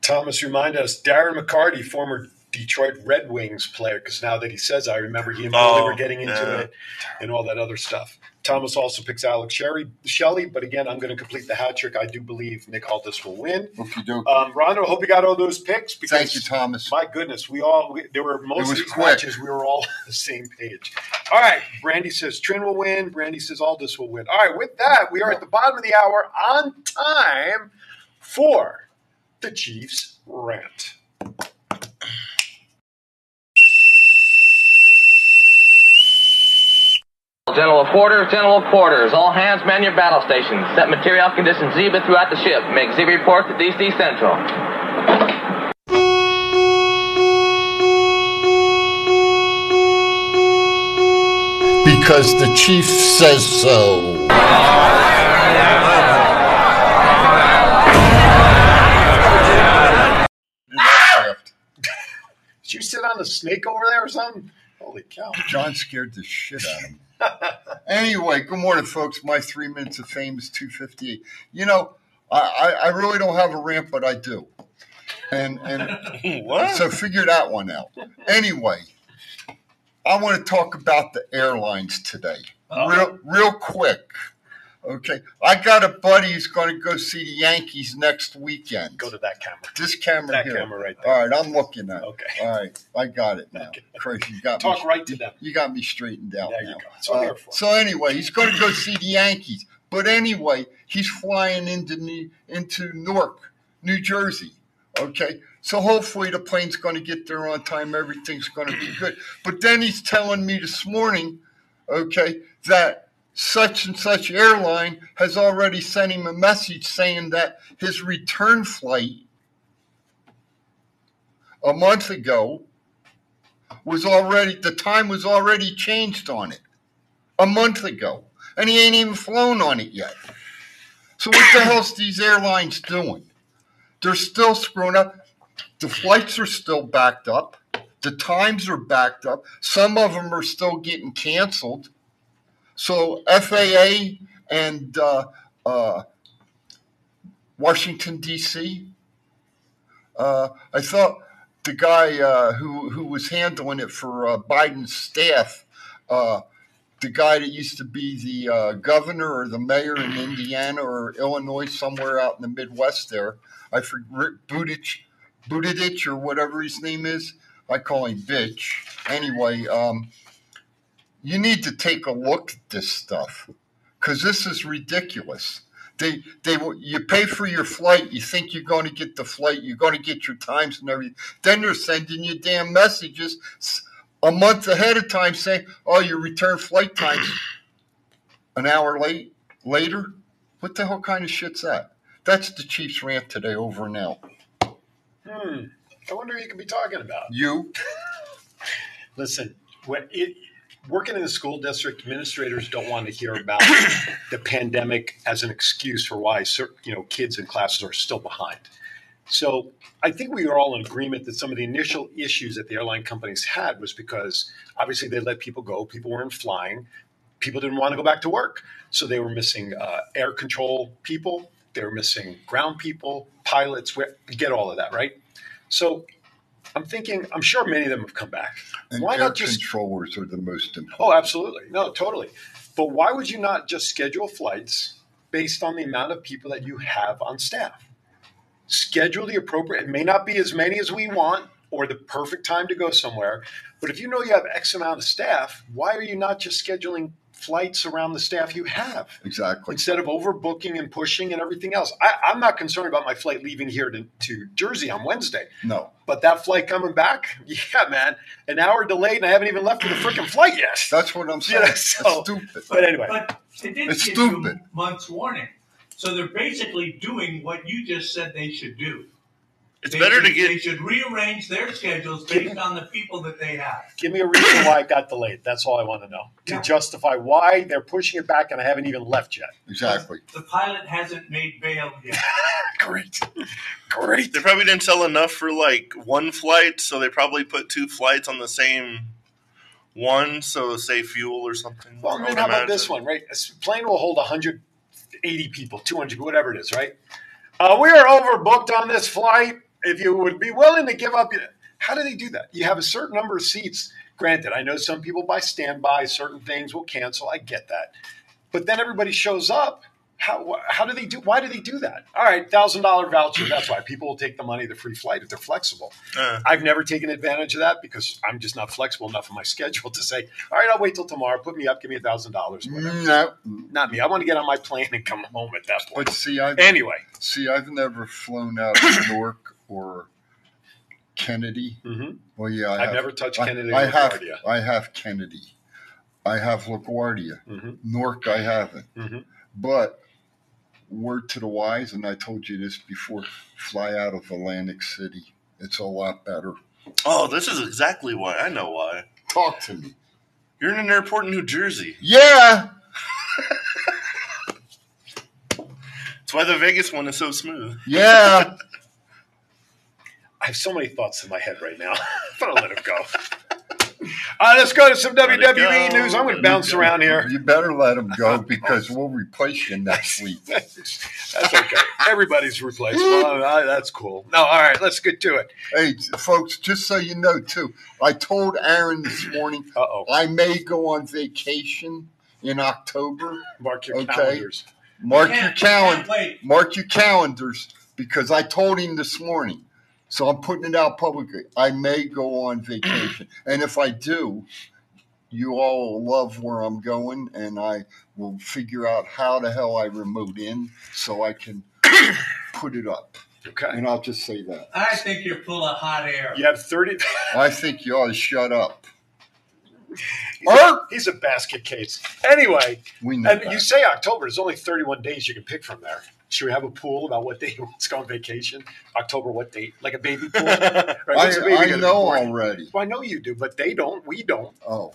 Speaker 1: Thomas, remind us, Darren McCarty, former Detroit Red Wings player because now that he says, I remember he and Billy
Speaker 2: Oh,
Speaker 1: were getting into
Speaker 2: yeah.
Speaker 1: it and all that other stuff. Thomas also picks Alex Sherry, Shelley, but again, I'm going to complete the hat trick. I do believe Nick Aldis will win.
Speaker 3: Okie doke.
Speaker 1: Um, Rondo, hope you got all those picks. Because
Speaker 3: Thank you, Thomas.
Speaker 1: My goodness, we all we, there were most
Speaker 3: It
Speaker 1: of
Speaker 3: was
Speaker 1: these
Speaker 3: quick.
Speaker 1: matches we were all on the same page. All right, Brandy says Trin will win. Brandy says Aldous will win. All right, with that, we are at the bottom of the hour on time for the Chiefs rant.
Speaker 5: General of quarters, general of quarters. All hands man your battle stations. Set material condition Zebra throughout the ship. Make Zebra report to DC Central.
Speaker 3: Because the chief says so.
Speaker 1: Did you sit on a snake over there or something? Holy cow!
Speaker 3: John scared the shit out of him. anyway, good morning, folks. My three minutes of fame is 258. You know, I, I, I really don't have a rant, but I do. And, and
Speaker 2: What?
Speaker 3: So figure that one out. Anyway, I want to talk about the airlines today, real, real quick. Okay, I got a buddy who's going to go see the Yankees next weekend.
Speaker 1: Go to that camera.
Speaker 3: this camera
Speaker 1: that
Speaker 3: here.
Speaker 1: camera right there.
Speaker 3: All right, I'm looking at. it.
Speaker 1: Okay.
Speaker 3: All right, I got it now. Crazy, you got
Speaker 1: Talk
Speaker 3: me,
Speaker 1: right to them.
Speaker 3: You got me straightened out
Speaker 1: There you
Speaker 3: now. Uh,
Speaker 1: go. That's what we're for.
Speaker 3: So anyway, he's going to go see the Yankees. But anyway, he's flying into New, into Newark, New Jersey. Okay, so hopefully the plane's going to get there on time. Everything's going to be good. But then he's telling me this morning, okay, that such and such airline has already sent him a message saying that his return flight a month ago was already the time was already changed on it a month ago, and he ain't even flown on it yet. So what the hell's these airlines doing? They're still screwing up. The flights are still backed up. The times are backed up. Some of them are still getting canceled. So FAA and uh, uh, Washington D.C. Uh, I thought the guy uh, who who was handling it for uh, Biden's staff. Uh, the guy that used to be the uh, governor or the mayor in Indiana or Illinois, somewhere out in the Midwest there. I forget Butich, Buttigieg or whatever his name is. I call him Bitch. Anyway, um, you need to take a look at this stuff because this is ridiculous. They, they, will- you pay for your flight. You think you're going to get the flight. You're going to get your times and everything. Then they're sending you damn messages s- a month ahead of time saying, "Oh, your return flight time's an hour late later." What the hell kind of shit's that? That's the Chiefs rant today. Over and out.
Speaker 1: Hmm. I wonder who you could be talking about.
Speaker 3: You
Speaker 1: Listen, when it, working in the school district, administrators don't want to hear about the pandemic as an excuse for why cer- you know kids in classes are still behind. So I think we are all in agreement that some of the initial issues that the airline companies had was because obviously they let people go, people weren't flying, people didn't want to go back to work, so they were missing uh, air control people, they were missing ground people, pilots. where- You get all of that, right? So I'm thinking, I'm sure many of them have come back.
Speaker 3: and
Speaker 1: Why
Speaker 3: air
Speaker 1: not just
Speaker 3: controllers are the most important.
Speaker 1: Oh, absolutely. No, totally. But why would you not just schedule flights based on the amount of people that you have on staff? Schedule the appropriate, it may not be as many as we want or the perfect time to go somewhere, but if you know you have X amount of staff, why are you not just scheduling flights around the staff you have?
Speaker 3: Exactly.
Speaker 1: instead of overbooking and pushing and everything else. I, I'm not concerned about my flight leaving here to, to Jersey on Wednesday,
Speaker 3: No,
Speaker 1: but that flight coming back, yeah, man, an hour delayed and I haven't even left for the freaking flight yet.
Speaker 3: that's what I'm
Speaker 1: You
Speaker 3: saying.
Speaker 1: know,
Speaker 3: It's
Speaker 1: so-
Speaker 3: stupid.
Speaker 1: But anyway,
Speaker 9: But they didn't
Speaker 3: It's
Speaker 9: get
Speaker 3: stupid.
Speaker 9: two months warning. So they're basically doing what you just said they should do.
Speaker 2: It's
Speaker 9: They
Speaker 2: better
Speaker 9: should,
Speaker 2: to
Speaker 9: They
Speaker 2: get.
Speaker 9: should rearrange their schedules based on the people that they have.
Speaker 1: give me a reason why it got delayed. That's all I want to know to
Speaker 9: Yeah.
Speaker 1: justify why they're pushing it back and I haven't even left yet.
Speaker 3: Exactly.
Speaker 9: The pilot hasn't made bail yet.
Speaker 1: Great, great.
Speaker 2: They probably didn't sell enough for like one flight, so they probably put two flights on the same one. So say fuel or something.
Speaker 1: Well, and
Speaker 2: I would
Speaker 1: then how about
Speaker 2: imagine.
Speaker 1: this one, right? A plane will hold 180 people, 200, whatever it is, right? Uh, we are overbooked on this flight. If you would be willing to give up, How do they do that? You have a certain number of seats. Granted, I know some people buy standby, certain things will cancel. I get that. But then everybody shows up. How, wh- how do they do? Why do they do that? All right, thousand dollar voucher. That's why people will take the money, the free flight if they're flexible.
Speaker 2: Uh,
Speaker 1: I've never taken advantage of that because I'm just not flexible enough in my schedule to say, all right, I'll wait till tomorrow. Put me up, give me a thousand dollars.
Speaker 3: No,
Speaker 1: Not me. I want to get on my plane and come home at that point.
Speaker 3: but see, I've
Speaker 1: Anyway,
Speaker 3: see, I've never flown out of Newark or Kennedy.
Speaker 1: hmm
Speaker 3: Well, yeah, I
Speaker 1: I've
Speaker 3: have.
Speaker 1: never touched
Speaker 3: I-
Speaker 1: Kennedy.
Speaker 3: I,
Speaker 1: or
Speaker 3: have.
Speaker 1: LaGuardia.
Speaker 3: I have Kennedy. I have LaGuardia.
Speaker 1: Mhm.
Speaker 3: Newark, I haven't.
Speaker 1: Mhm.
Speaker 3: But word to the wise, and I told you this before: fly out of Atlantic City. It's a lot better.
Speaker 2: oh, this is exactly why. I know why.
Speaker 3: Talk to me.
Speaker 2: You're in an airport in New Jersey.
Speaker 3: Yeah.
Speaker 2: That's why the Vegas one is so smooth.
Speaker 3: Yeah.
Speaker 1: I have so many thoughts in my head right now, but I'll let it go. All right, let's go to some
Speaker 2: Let it
Speaker 1: WWE
Speaker 2: go,
Speaker 1: news. I'm going
Speaker 2: let
Speaker 1: to
Speaker 2: it
Speaker 1: bounce
Speaker 2: go.
Speaker 1: around here.
Speaker 3: you better let him go because we'll replace you next week.
Speaker 1: That's okay. Everybody's replaceable. All right, that's cool. No, all right, let's get to it.
Speaker 3: Hey, folks, just so you know, too, I told Aaron this morning
Speaker 1: Uh oh.
Speaker 3: I may go on vacation in October.
Speaker 1: Mark your
Speaker 3: Okay.
Speaker 1: calendars.
Speaker 3: Mark your
Speaker 9: Can't-
Speaker 3: calendar.
Speaker 9: can't wait.
Speaker 3: Mark your calendars because I told him this morning. So I'm putting it out publicly. I may go on vacation. and if I do, you all will love where I'm going and I will figure out how the hell I remote in so I can put it up.
Speaker 1: Okay.
Speaker 3: And I'll just say that.
Speaker 9: I think you're full of hot air.
Speaker 1: You have 30.
Speaker 3: I think you ought to shut up.
Speaker 1: He's a, he's a basket case. Anyway,
Speaker 3: We know
Speaker 1: and
Speaker 3: that.
Speaker 1: you say October. There's only 31 days you can pick from there. Should we have a pool about what day he wants to go on vacation? October, what date? Like a baby pool? right,
Speaker 3: I,
Speaker 1: what's a baby
Speaker 3: I
Speaker 1: gonna be
Speaker 3: know
Speaker 1: born?
Speaker 3: already.
Speaker 1: Well, I know you do, but they don't. We don't.
Speaker 3: Oh,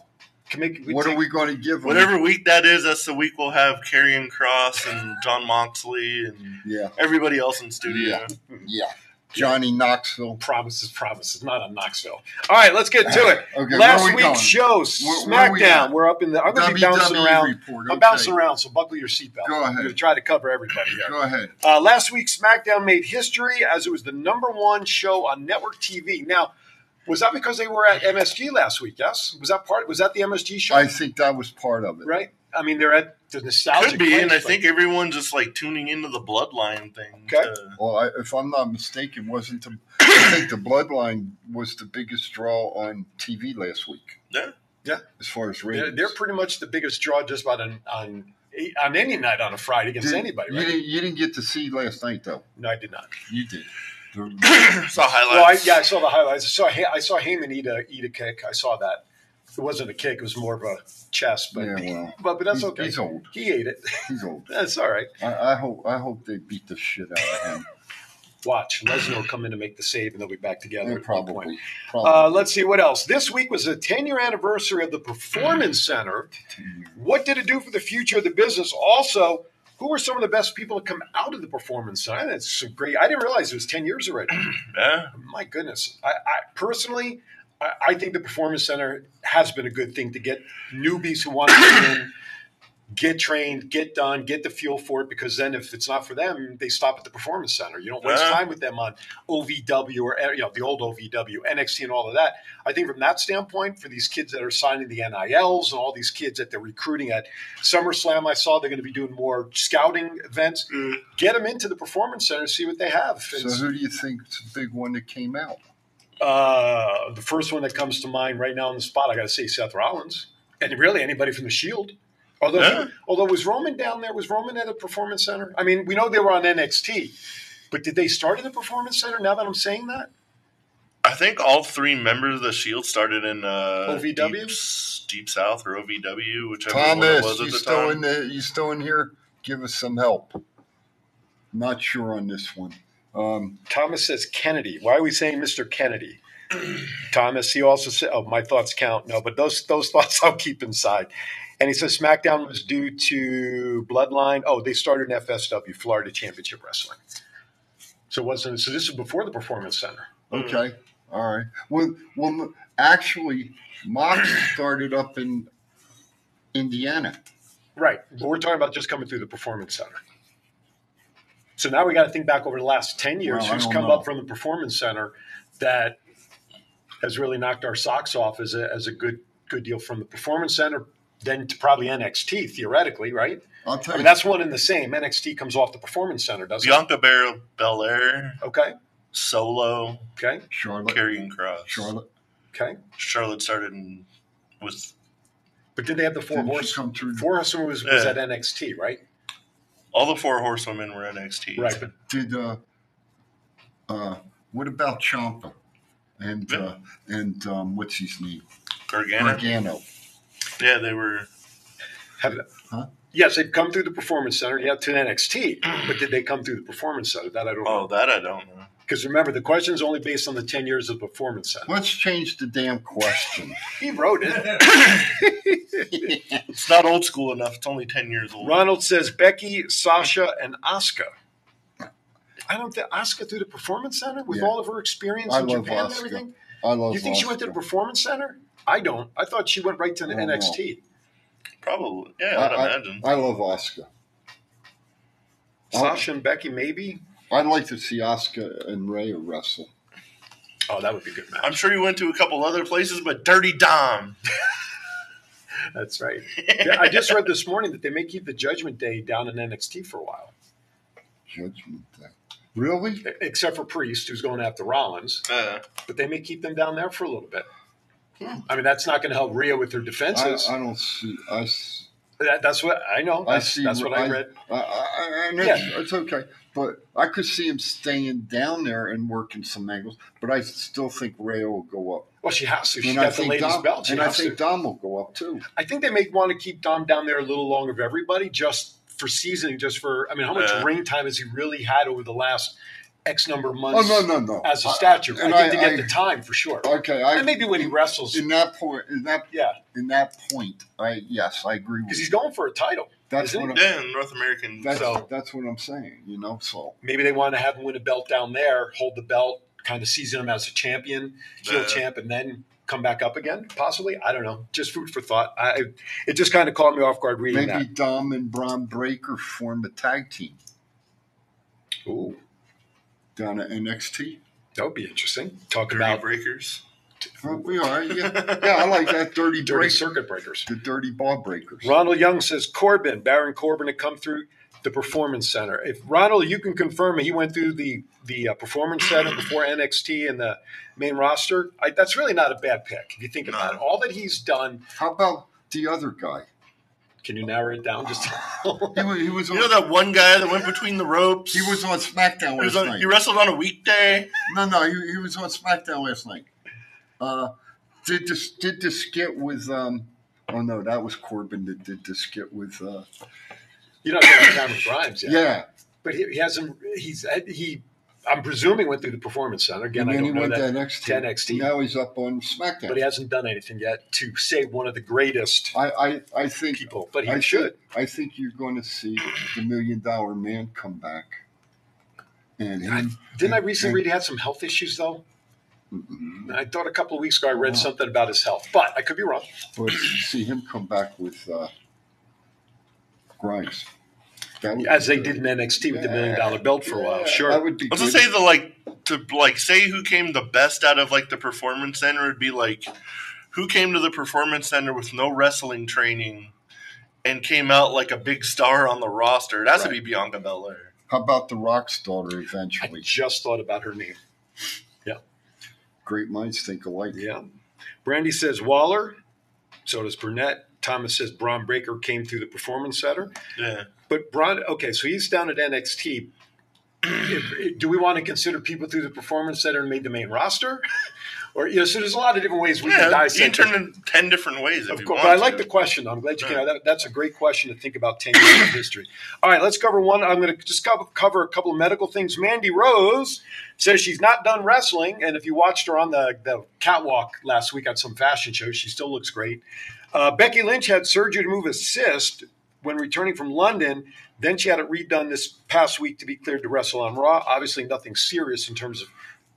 Speaker 1: Can make,
Speaker 3: what
Speaker 1: take-
Speaker 3: are we going to give them?
Speaker 2: Whatever week that is, that's the week we'll have Karrion Cross and John Moxley and
Speaker 3: Yeah,
Speaker 2: everybody else in studio.
Speaker 1: Mm-hmm.
Speaker 3: yeah. Johnny Knoxville.
Speaker 1: Promises, promises. Not on Knoxville. All right, let's get to it.
Speaker 3: Okay,
Speaker 1: Last
Speaker 3: where are we
Speaker 1: week's show,
Speaker 3: going? Where- where are we
Speaker 1: SmackDown.
Speaker 3: at?
Speaker 1: We are up in the. I'm going to be bouncing
Speaker 3: WWE
Speaker 1: around.
Speaker 3: report,
Speaker 1: I'm
Speaker 3: okay.
Speaker 1: bouncing around, so buckle your seatbelt.
Speaker 3: Go
Speaker 1: I'm
Speaker 3: ahead.
Speaker 1: going to try to cover everybody here.
Speaker 3: Go ahead.
Speaker 1: Uh, last week, SmackDown made history as it was the number one show on network TV. Now, was that because they were at MSG last week? Yes, was that part? Was that the MSG show?
Speaker 3: I think that was part of it.
Speaker 1: right. I mean, they're at the nostalgic.
Speaker 2: Could be,
Speaker 1: place,
Speaker 2: and I
Speaker 1: but-
Speaker 2: think everyone's just like tuning into the bloodline thing.
Speaker 1: Okay.
Speaker 2: to-
Speaker 3: Well, I, if I'm not mistaken, wasn't the I think the Bloodline was the biggest draw on TV last week
Speaker 2: yeah.
Speaker 3: as far as ratings.
Speaker 1: they're, they're pretty much the biggest draw just about on on, on any night on a Friday against anybody.
Speaker 3: You
Speaker 1: Right?
Speaker 3: didn't, you didn't get to see last night though.
Speaker 1: No, I did not.
Speaker 3: You did.
Speaker 2: Saw
Speaker 1: Well, I,
Speaker 2: highlights.
Speaker 1: yeah, I saw the highlights. I saw Ha- I saw Heyman eat a eat a kick. I saw that. It wasn't a kick. It was more of a chest, but
Speaker 3: Yeah, well,
Speaker 1: but, but that's
Speaker 3: he's-
Speaker 1: okay.
Speaker 3: he's old.
Speaker 1: He ate it.
Speaker 3: He's old.
Speaker 1: that's all right.
Speaker 3: I, I hope I hope they beat the shit out of him.
Speaker 1: Watch Lesnar will come in to make the save, and they'll be back together.
Speaker 3: Yeah,
Speaker 1: at one point.
Speaker 3: probably. Probably.
Speaker 1: Uh, let's see what else. This week was the 10 year anniversary of the Performance Center. What did it do for the future of the business? Also, who are some of the best people to come out of the Performance Center? That's so great. I didn't realize it was 10 years already.
Speaker 2: Yeah.
Speaker 1: My goodness. I, I personally, I, I think the Performance Center has been a good thing to get newbies who want to get in. Get trained, get done, get the fuel for it. Because then, if it's not for them, they stop at the performance center. You don't waste
Speaker 2: Yeah.
Speaker 1: time with them on OVW or eh, you know the old OVW, NXT, and all of that. I think from that standpoint, for these kids that are signing the NILs and all these kids that they're recruiting at SummerSlam, I saw they're going to be doing more scouting events. Get them into the performance center, see what they have.
Speaker 3: so
Speaker 1: And,
Speaker 3: who do you think's the big one that came out?
Speaker 1: uh, the first one that comes to mind right now on the spot, I got to say Seth Rollins, and really anybody from the Shield. Although,
Speaker 2: Yeah.
Speaker 1: although was Roman down there? Was Roman at a performance center? I mean, we know they were on NXT, but did they start in the performance center? Now that I'm saying that,
Speaker 2: I think all three members of the Shield E started in uh,
Speaker 1: OVW?
Speaker 2: Deep, Deep South or OVW, whichever one it
Speaker 3: Thomas,
Speaker 2: was
Speaker 3: you
Speaker 2: at the
Speaker 3: still
Speaker 2: time.
Speaker 3: in the, you still in here? Give us some help. Not sure on this one. Um,
Speaker 1: Thomas says Kennedy. Why are we saying Mr. Kennedy? Thomas. He also said, "Oh, my thoughts count." No, but those those thoughts I'll keep inside. And he says SmackDown was due to Bloodline. Oh, they started in FSW, Florida Championship Wrestling. So it wasn't so this is before the Performance Center.
Speaker 3: okay, all right. Well, well, actually, Mox started up in Indiana.
Speaker 1: Right. But we're talking about just coming through the Performance Center. So now we got to think back over the last 10 years
Speaker 3: Well, I
Speaker 1: who's
Speaker 3: don't
Speaker 1: come
Speaker 3: know.
Speaker 1: up from the Performance Center that has really knocked our socks off as a, as a good good deal from the Performance Center, then to probably NXT theoretically, right?
Speaker 3: I'll tell
Speaker 1: I mean,
Speaker 3: you.
Speaker 1: that's one and the same. NXT comes off the Performance Center, doesn't
Speaker 2: Bianca Bel- Belair,
Speaker 1: it? Okay,
Speaker 2: Solo,
Speaker 1: okay,
Speaker 3: Charlotte.
Speaker 2: Carrying Cross.
Speaker 3: Charlotte.
Speaker 1: okay.
Speaker 2: Charlotte started in, with
Speaker 1: But did they have the four
Speaker 3: Didn't she
Speaker 1: horse?
Speaker 3: come through?
Speaker 1: Four horsemen was, was
Speaker 2: Yeah.
Speaker 1: at NXT, right?
Speaker 2: all the four horsewomen were NXT.
Speaker 1: Right. But
Speaker 3: Did uh, uh, what about Champa and uh, and um, what's his name?
Speaker 2: Gargano.
Speaker 3: Gargano.
Speaker 2: Yeah, they were.
Speaker 1: have,
Speaker 3: Huh?
Speaker 1: yes, they've come through the Performance Center, yeah, to NXT. but did they come through the Performance Center? That I don't know.
Speaker 2: Oh, that I don't know.
Speaker 1: Because remember, the question's only based on the ten years of the Performance Center.
Speaker 3: Let's change the damn question.
Speaker 1: He wrote it.
Speaker 2: It's not old school enough. It's only ten years old.
Speaker 1: Ronald says Becky, Sasha, and Asuka. I don't think Asuka through the performance center with
Speaker 3: Yeah.
Speaker 1: all of her experience
Speaker 3: I
Speaker 1: in
Speaker 3: love
Speaker 1: Japan and
Speaker 3: Asuka.
Speaker 1: everything.
Speaker 3: I love.
Speaker 1: You think she went to the
Speaker 3: Asuka.
Speaker 1: performance center? I don't. I thought she went right to the
Speaker 3: I don't
Speaker 1: NXT.
Speaker 2: Probably. Yeah,
Speaker 3: I,
Speaker 2: I'd
Speaker 3: I-
Speaker 2: imagine.
Speaker 3: I love Oscar. Oh.
Speaker 1: Sasha and Becky, maybe.
Speaker 3: I'd like to see Oscar and Rhea wrestle.
Speaker 1: Oh, that would be a good match.
Speaker 2: I'm sure you went to a couple other places, but Dirty Dom.
Speaker 1: That's right. Yeah, I just read this morning that they may keep the Judgment Day down in NXT for a while, e-,
Speaker 3: Judgment Day. Really?
Speaker 1: except for Priest, who's going after Rollins.
Speaker 2: Uh,
Speaker 1: But they may keep them down there for a little bit. I mean, that's not going to help Rhea with her
Speaker 3: I,
Speaker 1: defenses.
Speaker 3: Hmm. I don't see. I, s-
Speaker 1: That- that's what I know.
Speaker 3: I
Speaker 1: That's,
Speaker 3: see.
Speaker 1: that's what I, read.
Speaker 3: I, I- I- and it's, it's okay, but I could see him staying down there and working some angles. But I still think Ray will go up.
Speaker 1: Well, she has to. She's
Speaker 3: and I
Speaker 1: got the
Speaker 3: think
Speaker 1: ladies'
Speaker 3: Dom,
Speaker 1: belt. She
Speaker 3: and I
Speaker 1: has
Speaker 3: think
Speaker 1: to.
Speaker 3: Dom will go up too.
Speaker 1: I think they may want to keep Dom down there a little longer of everybody, just for seasoning, just for. I mean, how much
Speaker 2: Yeah.
Speaker 1: ring time has he really had over the last X number of
Speaker 3: Oh
Speaker 1: months?
Speaker 3: no, no, no!
Speaker 1: As a
Speaker 3: I-
Speaker 1: stature, I,
Speaker 3: and
Speaker 1: think they
Speaker 3: I-
Speaker 1: get the time for sure.
Speaker 3: okay, I
Speaker 1: and maybe when he wrestles,
Speaker 3: in that point, in that
Speaker 1: yeah,
Speaker 3: in that point, I yes, I agree with
Speaker 1: because he's
Speaker 3: you.
Speaker 1: going for a title.
Speaker 3: That's
Speaker 1: isn't
Speaker 3: what I'm,
Speaker 2: yeah, North American.
Speaker 3: that's,
Speaker 2: so
Speaker 3: that's what I'm saying. You know, so
Speaker 1: Maybe they want to have him win a belt down there, hold the belt, kind of season him as a champion, heel
Speaker 2: Yeah.
Speaker 1: champ, and then come back up again. Possibly, I don't know. Just food for thought. I it just kind of caught me off guard reading
Speaker 3: maybe Dom and Braun Breaker form a tag team
Speaker 1: that. Ooh.
Speaker 3: down at NXT.
Speaker 1: That would be interesting. Talk
Speaker 2: Dirty
Speaker 1: about
Speaker 2: Breakers.
Speaker 3: Uh, We are, yeah, yeah. I like that dirty,
Speaker 1: dirty
Speaker 3: break,
Speaker 1: circuit breakers.
Speaker 3: the dirty ball breakers.
Speaker 1: Ronald Young says Corbin, Baron Corbin, to come through the Performance Center. If Ronald, you can confirm it, he went through the the uh, Performance Center before NXT and the main roster. I, that's really not a bad pick if you think about it. All that he's done.
Speaker 3: How about the other guy?
Speaker 1: Can you narrow it down just?
Speaker 3: He was, he was on,
Speaker 2: You know that one guy that went between the ropes.
Speaker 3: he was on SmackDown
Speaker 2: He, was
Speaker 3: last
Speaker 2: on-
Speaker 3: night.
Speaker 2: he wrestled on a weekday.
Speaker 3: no, no, he, he was on SmackDown last night. Uh, did this did the skit with um? Oh no, that was Corbin that did the skit with uh.
Speaker 1: You're not going to Cameron Grimes yet.
Speaker 3: Yeah,
Speaker 1: but he, he hasn't. He's he. I'm presuming went through the Performance Center again.
Speaker 3: and
Speaker 1: I
Speaker 3: then he
Speaker 1: don't know
Speaker 3: went
Speaker 1: that.
Speaker 3: to NXT.
Speaker 1: to NXT.
Speaker 3: Now he's up on SmackDown.
Speaker 1: But he hasn't done anything yet to say one of the greatest
Speaker 3: I, I, I think
Speaker 1: people. But he
Speaker 3: I think-
Speaker 1: should.
Speaker 3: I think you're going to see the Million Dollar Man come back. And him,
Speaker 1: Didn't I recently
Speaker 3: and- and- Mm-hmm.
Speaker 1: read he had some health issues though? I thought a couple of weeks ago I read something about his health, but I could be wrong.
Speaker 3: but see him come back with uh, Grimes. That would
Speaker 1: As
Speaker 3: be
Speaker 1: they
Speaker 3: good.
Speaker 1: did in NXT with the million dollar belt for a while,
Speaker 3: Yeah,
Speaker 1: sure.
Speaker 3: That would be
Speaker 2: Let's
Speaker 3: good.
Speaker 2: just say the like to like say who came the best out of like the performance center would be like who came to the performance center with no wrestling training and came out like a big star on the roster. It has to be Bianca Belair.
Speaker 3: How about the Rock's daughter
Speaker 1: I
Speaker 3: eventually?
Speaker 1: just thought about her name.
Speaker 3: Great minds think alike.
Speaker 1: Yeah. Brandy says Waller. So does Burnett. Thomas says Braun Breaker came through the performance center.
Speaker 2: Yeah.
Speaker 1: But Braun, okay, so he's down at NXT. If- Do we want to consider people through the performance center and made the main roster? Or, you know, so there's a lot of different ways we can
Speaker 2: Yeah, you
Speaker 1: dissect
Speaker 2: can
Speaker 1: this.
Speaker 2: turn it ten different ways if
Speaker 1: Of
Speaker 2: you
Speaker 1: course,
Speaker 2: want.
Speaker 1: but I like
Speaker 2: to.
Speaker 1: the question. I'm glad you came. out. That, that's a great question to think about 10 years of history. All right, let's cover one. I'm going to just co- cover a couple of medical things. Mandy Rose says she's not done wrestling, and if you watched her on the, the catwalk last week on some fashion show, she still looks great. Uh, Becky Lynch had surgery to move a cyst when returning from London. Then she had it redone this past week to be cleared to wrestle on Raw. Obviously, nothing serious in terms of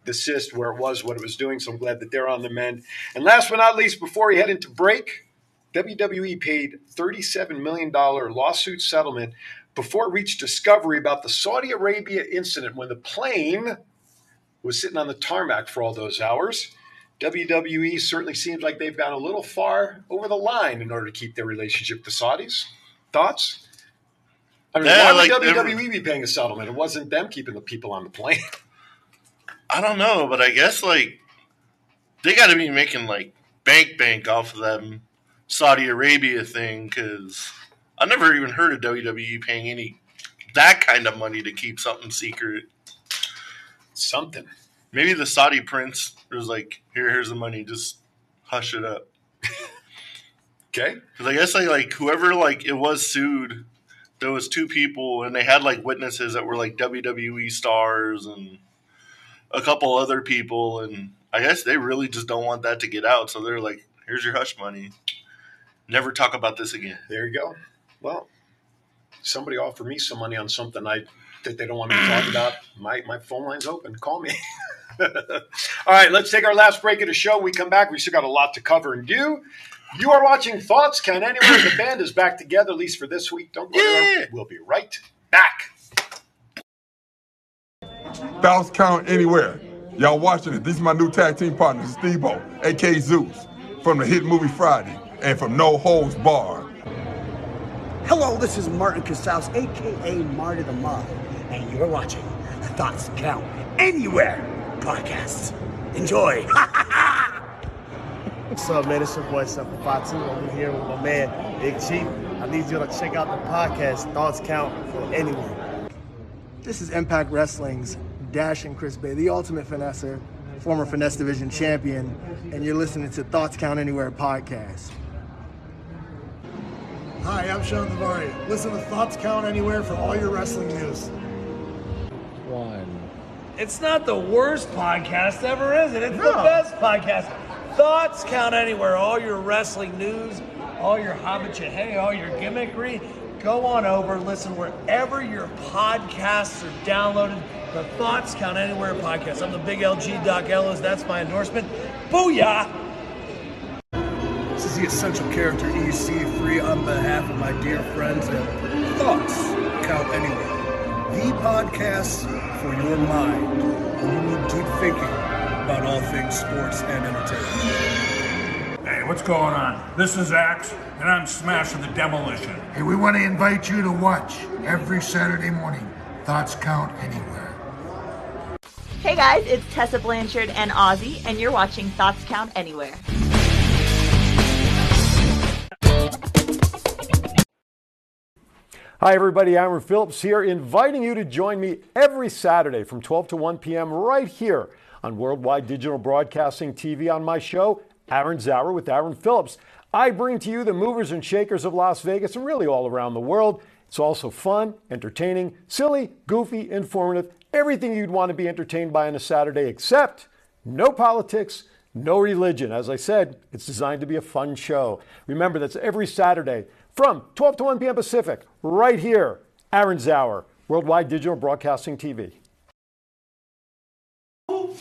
Speaker 1: the cyst, where it was, what it was doing. So I'm glad that they're on the mend. And last but not least, before we head into break, WWE E paid $37 million lawsuit settlement before it reached discovery about the Saudi Arabia incident when the plane was sitting on the tarmac for all those hours. WWE certainly seems like they've gone a little far over the line in order to keep their relationship to Saudis. Thoughts? I mean,
Speaker 2: Yeah,
Speaker 1: why
Speaker 2: like,
Speaker 1: would
Speaker 2: they're-
Speaker 1: WWE be paying a settlement? It wasn't them keeping the people on the plane.
Speaker 2: I don't know, but I guess like they got to be making like bank bank off of them Saudi Arabia thing because I never even heard of WWE paying any that kind of money to keep something secret.
Speaker 1: Something.
Speaker 2: Maybe the Saudi prince was like, "Here, here's the money. Just hush it up."
Speaker 1: Okay.
Speaker 2: Because I guess like like whoever like it was sued, there was two people and they had like witnesses that were like WWE stars and a couple other people and I guess they really just don't want that to get out, so they're like, "Here's your hush money. Never talk about this again."
Speaker 1: There you go. Well, somebody offered me some money on something I that they don't want me to talk about. My my phone line's open. Call me. All right, let's take our last break of the show. We come back. We still got a lot to cover and do. You are watching Thoughts Can Anywhere. The band is back together, at least for this week. Don't go
Speaker 2: Yeah.
Speaker 1: anywhere. We'll be right back.
Speaker 10: Bounce count anywhere. Y'all watching it. These are my new tag team partners, Steve-O, aka Zeus, from the hit movie Friday, and from No Holds Barred.
Speaker 11: Hello, this is Martin Casals, aka Marty the Mod, and you're watching the Thoughts Count Anywhere podcast. Enjoy.
Speaker 12: What's up, man? It's your boy Seven Fox. I'm here with my man Big Chief. I need you to check out the podcast Thoughts Count for Anyone.
Speaker 13: This is Impact Wrestling's Dash and Chris Bay, the ultimate finesser, former finesse division champion, and you're listening to Thoughts Count Anywhere podcast.
Speaker 14: Hi, I'm Sean Tavari. Listen to Thoughts Count Anywhere for all your wrestling news.
Speaker 15: One. It's not the worst podcast ever, is it? It's the best podcast. Thoughts count anywhere. All your wrestling news, all your hobbit hey, all your gimmickry. Go on over, listen wherever your podcasts are downloaded. The Thoughts Count Anywhere podcast. I'm the big LG Doc Ellis. That's my endorsement. Booyah!
Speaker 14: This is the Essential Character EC3 on behalf of my dear friends at Thoughts Count Anywhere, the podcast for your mind when you need deep thinking about all things sports and entertainment.
Speaker 16: Hey, what's going on? This is Axe, and I'm smashing the demolition.
Speaker 17: Hey, we want to invite you to watch every Saturday morning. Thoughts count anywhere.
Speaker 18: Hey guys, it's Tessa Blanchard and Ozzy, and you're watching Thoughts Count Anywhere.
Speaker 19: Hi, everybody. Aaron Phillips here, inviting you to join me every Saturday from 12 to 1 p.m. right here on Worldwide Digital Broadcasting TV on my show, Aaron's Hour with Aaron Phillips. I bring to you the movers and shakers of Las Vegas and really all around the world. It's also fun, entertaining, silly, goofy, informative, everything you'd want to be entertained by on a Saturday, except no politics, no religion. As I said, it's designed to be a fun show. Remember, that's every Saturday from 12 to 1 p.m. Pacific, right here, Aaron's Hour, Worldwide Digital Broadcasting TV.
Speaker 1: All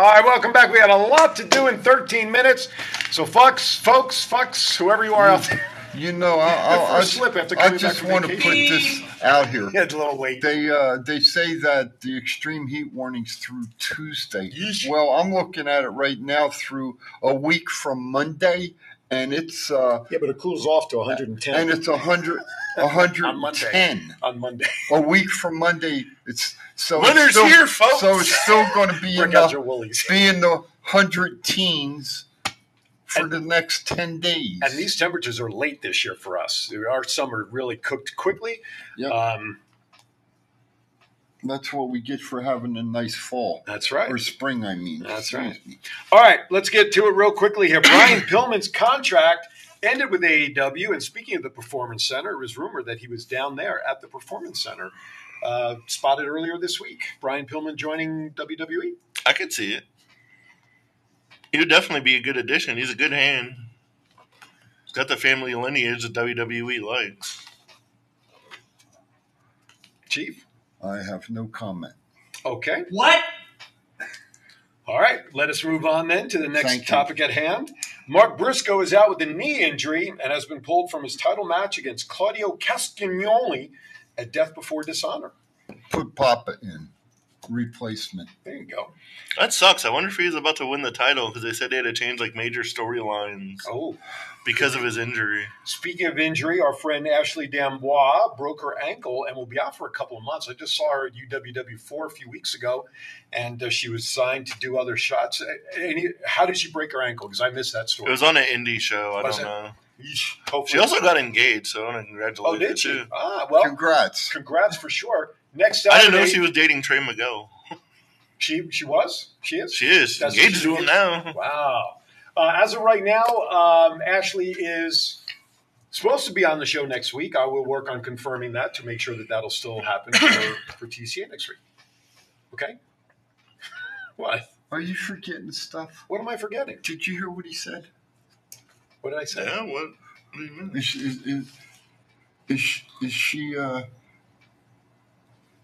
Speaker 1: right, welcome back. We had a lot to do in 13 minutes. So, fucks, folks, fucks, whoever you are out there.
Speaker 3: You know, I,
Speaker 1: the
Speaker 3: I, I,
Speaker 1: first slip after
Speaker 3: I
Speaker 1: coming
Speaker 3: just
Speaker 1: back from
Speaker 3: want to put
Speaker 1: vacation.
Speaker 3: this out here.
Speaker 1: Yeah, it's a little weight.
Speaker 3: They uh, they say that the extreme heat warnings through Tuesday. Well, I'm looking at it right now through a week from Monday, and it's uh,
Speaker 1: yeah, but it cools off to 110,
Speaker 3: and it's 100,
Speaker 1: on
Speaker 3: 110
Speaker 1: Monday. On Monday.
Speaker 3: a week from Monday. It's so
Speaker 1: Winter's
Speaker 3: it's still,
Speaker 1: here, folks.
Speaker 3: So it's still going to be in
Speaker 1: Break out your
Speaker 3: the be in the hundred teens for the next ten days.
Speaker 1: And these temperatures are late this year for us. Our summer really cooked quickly. Um,
Speaker 3: That's what we get for having a nice fall.
Speaker 1: That's right.
Speaker 3: Or spring, I mean.
Speaker 1: That's right. All right, let's get to it real quickly here. Brian Pillman's contract ended with AEW, and speaking of the Performance Center, it was rumored that he was down there at the Performance Center, uh, spotted earlier this week. Brian Pillman joining E. WWE.
Speaker 2: I could see it. He would definitely be a good addition. He's a good hand. He's got the family lineage that WWE likes.
Speaker 1: Chief?
Speaker 3: I have no comment.
Speaker 1: Okay. What? All right, let us move on then to the next topic at hand. Mark Briscoe is out with a knee injury and has been pulled from his title match against Claudio Castagnoli at Death Before Dishonor.
Speaker 3: Put Papa in. replacement.
Speaker 2: There you go. That sucks. I wonder if he's about to win the title because they said they had to change like major storylines.
Speaker 1: Oh,
Speaker 2: because of his injury.
Speaker 1: Speaking of injury, our friend Ashley Dambois broke her ankle and will be out for a couple of months. I just saw her at UWW4 a few weeks ago, and uh, she was signed to do other shots. Uh, Any, how did she break her ankle? Because I missed that
Speaker 2: It
Speaker 1: story.
Speaker 2: was on an indie show. I
Speaker 1: Was
Speaker 2: don't
Speaker 1: it?
Speaker 2: know.
Speaker 1: Yeesh. Hopefully-
Speaker 2: She also got engaged, so I want to congratulate
Speaker 1: Oh,
Speaker 2: her
Speaker 1: did she?
Speaker 2: too.
Speaker 1: Ah, well,
Speaker 3: congrats.
Speaker 1: Congrats for sure. Next
Speaker 2: I
Speaker 1: Saturday,
Speaker 2: didn't know she was dating Trey McGill.
Speaker 1: She she was. She is.
Speaker 2: She is. She's
Speaker 1: That's
Speaker 2: engaged
Speaker 1: what
Speaker 2: to him
Speaker 1: she
Speaker 2: now.
Speaker 1: Wow. Uh, as of right now, um, Ashley is supposed to be on the show next week. I will work on confirming that to make sure that that'll still happen for, for TCA next week. Okay. What?
Speaker 3: Are you forgetting stuff?
Speaker 1: What am I forgetting?
Speaker 3: Did you hear what he said?
Speaker 1: What did I say?
Speaker 2: Yeah, what?
Speaker 3: Is she, is, is, is she, is she, uh,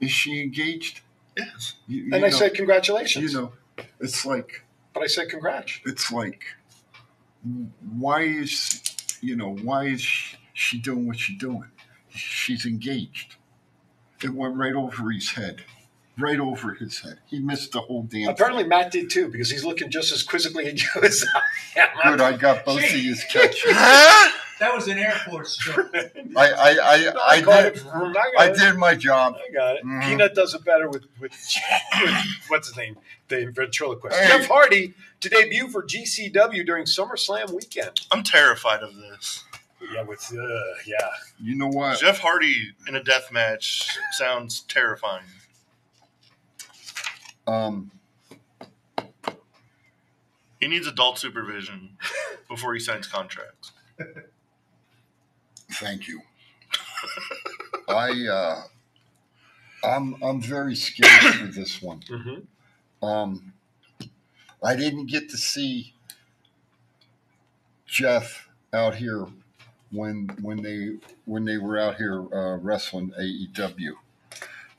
Speaker 3: is she engaged?
Speaker 2: Yes.
Speaker 3: You,
Speaker 1: And I said congratulations.
Speaker 3: You know, it's like.
Speaker 1: But I said congrats.
Speaker 3: It's like, why is, you know, why is she, she doing what she's doing? She's engaged. It went right over his head, right over his head. He missed the whole damn.
Speaker 1: Apparently, Matt did too because he's looking just as quizzically at you as I am.
Speaker 3: Good, I got both of you catches.
Speaker 9: That was an Air Force joke.
Speaker 3: I I I,
Speaker 1: No, I
Speaker 3: I,
Speaker 1: got it
Speaker 3: did
Speaker 1: from- I got
Speaker 3: I
Speaker 1: it.
Speaker 3: did my job.
Speaker 1: I got it.
Speaker 3: Mhm.
Speaker 1: Peanut does it better with, with, with what's his name? The ventriloquist.
Speaker 2: Hey.
Speaker 1: Jeff Hardy to debut for GCW during SummerSlam weekend.
Speaker 2: I'm terrified of this.
Speaker 1: Yeah, with uh, yeah.
Speaker 3: You know what?
Speaker 2: Jeff Hardy in a death match sounds terrifying.
Speaker 3: Um,
Speaker 2: He needs adult supervision before he signs contracts.
Speaker 3: thank you. I uh, I'm I'm very scared for this one. Um, I didn't get to see Jeff out here when when they when they were out here uh, wrestling AEW.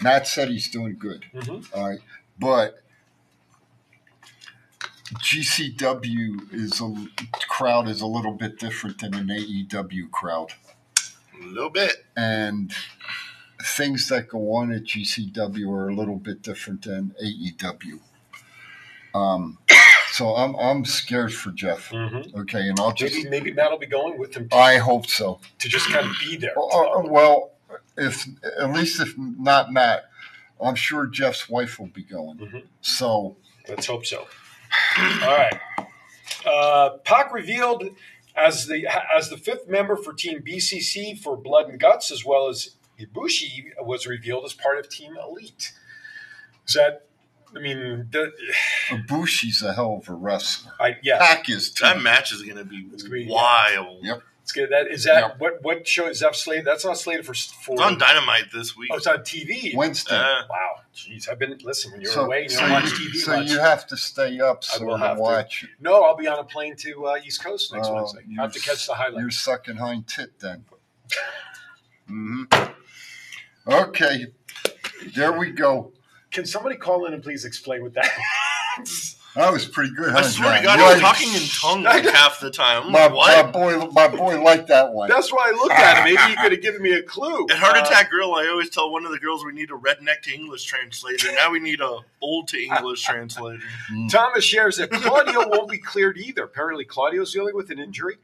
Speaker 3: Matt said he's doing good. All right, but GCW is a crowd is a little bit different than an AEW crowd
Speaker 2: A little bit.
Speaker 3: and things that go on at GCW are a little bit different than AEW. Um, so I'm I'm scared for Jeff.
Speaker 1: Mm-hmm.
Speaker 3: Okay, and I'll just
Speaker 1: Maybe maybe Matt will be going with him
Speaker 3: I hope so.
Speaker 1: to just kind of be there.
Speaker 3: Uh, well, if at least if not Matt, I'm sure Jeff's wife will be going.
Speaker 1: Mm-hmm.
Speaker 3: So
Speaker 1: let's hope so. All right. Uh, Pac revealed as the as the fifth member for Team BCC for Blood and Guts, as well as Ibushi was revealed as part of Team Elite. Is that? I mean, the,
Speaker 3: Ibushi's a hell of a wrestler.
Speaker 1: I, yeah.
Speaker 3: Pac is too.
Speaker 2: That match is going to be
Speaker 1: gonna be-
Speaker 2: wild.
Speaker 3: Yep.
Speaker 1: It's good. That is that what what show is that slated? That's not slated for for.
Speaker 2: It's on Dynamite this week.
Speaker 1: Oh, it's on TV.
Speaker 3: Wednesday.
Speaker 2: Uh.
Speaker 1: wow. Jeez, I've been listen when you're
Speaker 3: So,
Speaker 1: away. You
Speaker 3: so
Speaker 1: don't watch
Speaker 3: you,
Speaker 1: TV
Speaker 3: so
Speaker 1: much.
Speaker 3: you have to stay up
Speaker 1: I
Speaker 3: so
Speaker 1: will
Speaker 3: to
Speaker 1: have to.
Speaker 3: watch it.
Speaker 1: No, I'll be on a plane to uh, East Coast next
Speaker 3: Oh,
Speaker 1: Wednesday. I have to
Speaker 3: you're-
Speaker 1: catch the highlights.
Speaker 3: You're sucking hind tit then. hmm Okay, there we go.
Speaker 1: Can somebody call in and please explain what that is?
Speaker 3: That was pretty good.
Speaker 2: I
Speaker 3: huh,
Speaker 2: swear to
Speaker 3: John?
Speaker 2: God,
Speaker 3: You
Speaker 2: I was
Speaker 3: already-
Speaker 2: talking in tongues like half the time. I'm
Speaker 3: My,
Speaker 2: like, what?
Speaker 3: my boy, my boy liked that one.
Speaker 1: That's why I looked at it. Maybe you could have given me a clue.
Speaker 2: At Heart
Speaker 1: Uh,
Speaker 2: Attack Grill, I always tell one of the girls we need a redneck to English translator. Now we need a old to English translator.
Speaker 1: Um, Thomas shares that Claudio won't be cleared either. Apparently, Claudio's dealing with an injury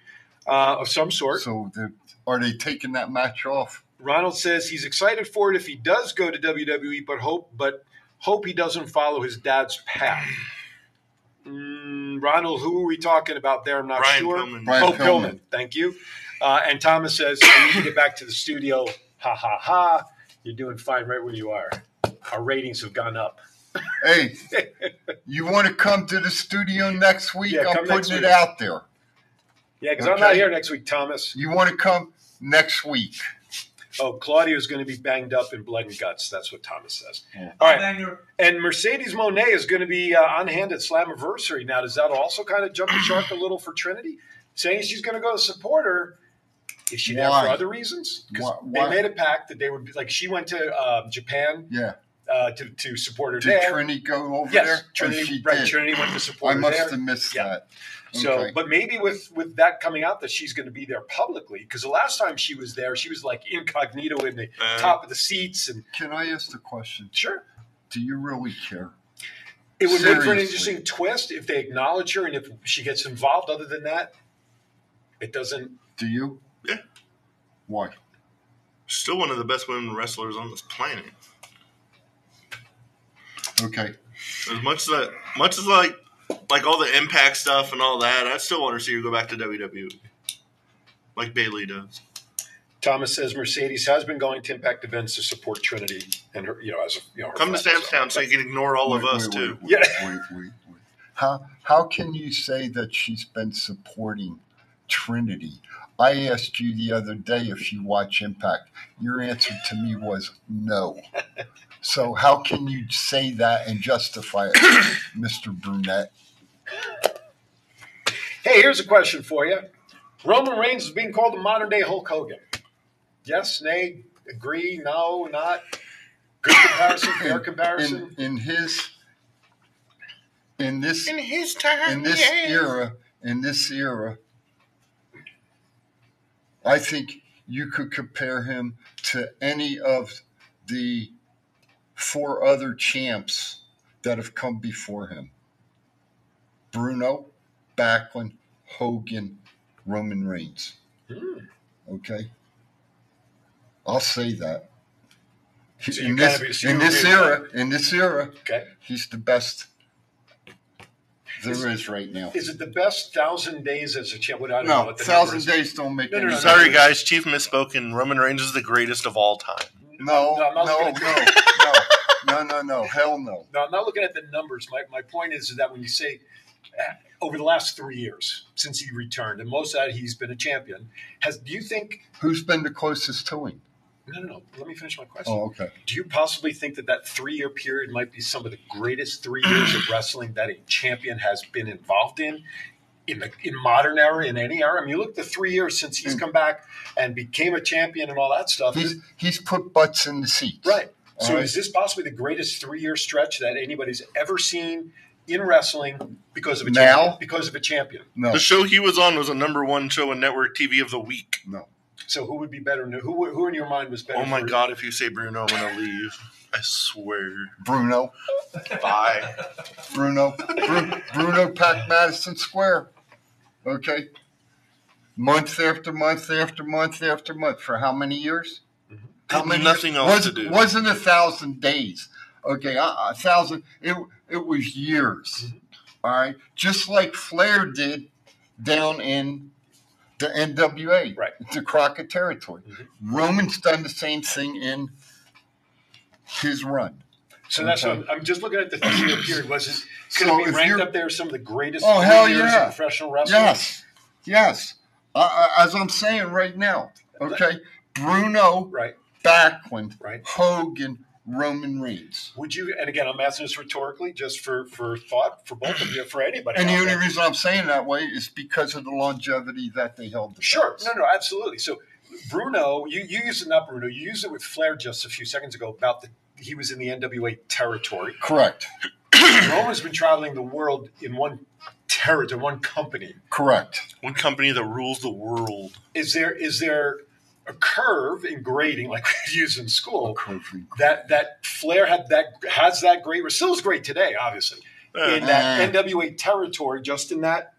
Speaker 1: uh, of some sort.
Speaker 3: So they're- are they taking that match off?
Speaker 1: Ronald says he's excited for it if he does go to WWE, but hope but hope he doesn't follow his dad's path. Mm, Ronald, who are we talking about there? I'm not
Speaker 2: Brian
Speaker 1: sure.
Speaker 2: Pillman.
Speaker 3: Brian
Speaker 1: oh,
Speaker 3: Pillman.
Speaker 1: Pillman. Thank you. Uh, and Thomas says, I need to get back to the studio. Ha ha ha. You're doing fine right where you are. Our ratings have gone up.
Speaker 3: Hey, you want to come to the studio next week?
Speaker 1: Yeah,
Speaker 3: I'm
Speaker 1: come next
Speaker 3: putting it
Speaker 1: week.
Speaker 3: out there.
Speaker 1: Yeah, because I'm not
Speaker 3: Okay.
Speaker 1: here next week, Thomas.
Speaker 3: You want to come next week?
Speaker 1: Oh, Claudio's going to be banged up in blood and guts. That's what Thomas says.
Speaker 3: Yeah.
Speaker 1: All right. And Mercedes Monet is going to be uh, on hand at Slammiversary. Now, does that also kind of jump the shark a little for Trinity? Saying she's going to go to support her. Is she there
Speaker 3: Why?
Speaker 1: for other reasons? Because
Speaker 3: Why-
Speaker 1: they
Speaker 3: why-
Speaker 1: made a pact that they would be like, she went to um, Japan
Speaker 3: Yeah.
Speaker 1: uh, to, to support her
Speaker 3: Did
Speaker 1: there.
Speaker 3: Trinity go over
Speaker 1: yes,
Speaker 3: there? Oh,
Speaker 1: Trinity,
Speaker 3: she
Speaker 1: right,
Speaker 3: did.
Speaker 1: Trinity went to support
Speaker 3: I
Speaker 1: her
Speaker 3: must
Speaker 1: there.
Speaker 3: have missed that.
Speaker 1: So,
Speaker 3: Okay.
Speaker 1: but maybe with with that coming out that she's going to be there publicly because the last time she was there, she was like incognito in the
Speaker 2: Uh.
Speaker 1: top of the seats and
Speaker 3: Can I ask the question?
Speaker 1: sure,
Speaker 3: do you really care?
Speaker 1: It would make for an
Speaker 3: Seriously.
Speaker 1: interesting twist if they acknowledge her and if she gets involved. Other than that, it doesn't.
Speaker 3: Do you?
Speaker 2: Yeah.
Speaker 3: Why?
Speaker 2: Still one of the best women wrestlers on this planet.
Speaker 3: Okay.
Speaker 2: As much as that, much as like, like all the Impact stuff and all that, I still want to see her go back to WWE, like Bailey does.
Speaker 1: Thomas says Mercedes has been going to Impact events to support Trinity and her, you know, as a, you know, her
Speaker 2: Come to
Speaker 1: friends.
Speaker 2: Samstown so you can ignore all of us too.
Speaker 1: Yeah.
Speaker 3: Wait, wait, wait. How how can you say that she's been supporting Trinity? I asked you the other day if you watch Impact. Your answer to me was no. So how can you say that and justify it, Mr. Brunette?
Speaker 1: Hey, here's a question for you. Roman Reigns is being called the modern day Hulk Hogan. Yes, nay, agree, no, not. Good comparison, fair comparison.
Speaker 3: In, in his in this
Speaker 2: in his time
Speaker 3: in this
Speaker 2: yeah.
Speaker 3: era in this era I think you could compare him to any of the four other champs that have come before him. Bruno, Backlund, Hogan, Roman Reigns.
Speaker 1: Hmm.
Speaker 3: Okay? I'll say that.
Speaker 1: So you
Speaker 3: in
Speaker 1: gotta
Speaker 3: this,
Speaker 1: be- so you
Speaker 3: in this
Speaker 1: agree with
Speaker 3: era, in this era,
Speaker 1: Okay.
Speaker 3: he's the best there
Speaker 1: Is-
Speaker 3: is, right now.
Speaker 1: Is it the best thousand days as a champ? What- I don't know
Speaker 3: No,
Speaker 1: what the
Speaker 3: thousand
Speaker 1: number is.
Speaker 3: days don't make
Speaker 1: No, no,
Speaker 3: any
Speaker 1: no,
Speaker 3: sense.
Speaker 2: Sorry, guys, Chief misspoken. Roman Reigns is the greatest of all time.
Speaker 3: No,
Speaker 1: No, I'm
Speaker 3: no,
Speaker 1: not
Speaker 3: no,
Speaker 1: looking
Speaker 3: no, no, no, no, hell no.
Speaker 1: No, I'm not looking at the numbers. My, my point is that when you say eh, over the last three years since he returned, and most of that he's been a champion, has do you think?
Speaker 3: Who's been the closest to him?
Speaker 1: No, no, no. Let me finish my question.
Speaker 3: Oh, okay.
Speaker 1: Do you possibly think that that three year period might be some of the greatest three years of wrestling that a champion has been involved in? In the in modern era, in any era, I mean, you look at the three years since
Speaker 3: Hmm.
Speaker 1: he's come back and became a champion and all that stuff.
Speaker 3: He's he's put butts in the seats.
Speaker 1: Right. So
Speaker 3: All
Speaker 1: is this possibly the greatest three year stretch that anybody's ever seen in wrestling because of a
Speaker 3: Now?
Speaker 1: champion? Because of a champion.
Speaker 3: No.
Speaker 2: The show he was on was a number one show on network TV of the week.
Speaker 3: No.
Speaker 1: So who would be better? Who who in your mind was better?
Speaker 2: Oh my
Speaker 1: for-
Speaker 2: god, if you say Bruno, I'm gonna leave. I swear.
Speaker 3: Bruno,
Speaker 2: Bye.
Speaker 3: Bruno, Bru- Bruno packed Madison Square. Okay. Month after month after month after month for how many years? How
Speaker 2: Did
Speaker 3: many?
Speaker 2: Mm-hmm. nothing else
Speaker 3: was,
Speaker 2: to do.
Speaker 3: Wasn't a thousand days. Okay, uh, a thousand. It it was years.
Speaker 2: Mm-hmm.
Speaker 3: All right, just like Flair did down in the NWA,
Speaker 1: right?
Speaker 3: The Crockett territory.
Speaker 2: Mm-hmm.
Speaker 3: Roman's done the same thing in his run.
Speaker 1: So that's
Speaker 3: Okay.
Speaker 1: what I'm, I'm just looking at the three year period. Was it
Speaker 3: So
Speaker 1: going to
Speaker 3: if
Speaker 1: be ranked
Speaker 3: you're-
Speaker 1: up there as some of the greatest
Speaker 3: Oh,
Speaker 1: three
Speaker 3: hell
Speaker 1: years
Speaker 3: yeah.
Speaker 1: of professional wrestling?
Speaker 3: Yes, yes. Uh, as I'm saying right now, okay, Bruno,
Speaker 1: right.
Speaker 3: Backlund,
Speaker 1: Right.
Speaker 3: Hogan, Roman Reigns.
Speaker 1: Would you? And again, I'm asking this rhetorically, just for for thought for both of you, for anybody.
Speaker 3: And the
Speaker 1: out
Speaker 3: only
Speaker 1: there.
Speaker 3: reason I'm saying that way is because of the longevity that they held. The
Speaker 1: Sure.
Speaker 3: belts.
Speaker 1: No, no, absolutely. So Bruno, you, you used it not Bruno, you used it with Flair just a few seconds ago about the he was in the NWA territory.
Speaker 3: Correct.
Speaker 1: Roman's been traveling the world in one territory, one company.
Speaker 3: Correct.
Speaker 2: One company that rules the world.
Speaker 1: Is there is there a curve in grading like we use in school that that Flair had that has that great still is great today, obviously. In
Speaker 3: Uh.
Speaker 1: that NWA territory, just in that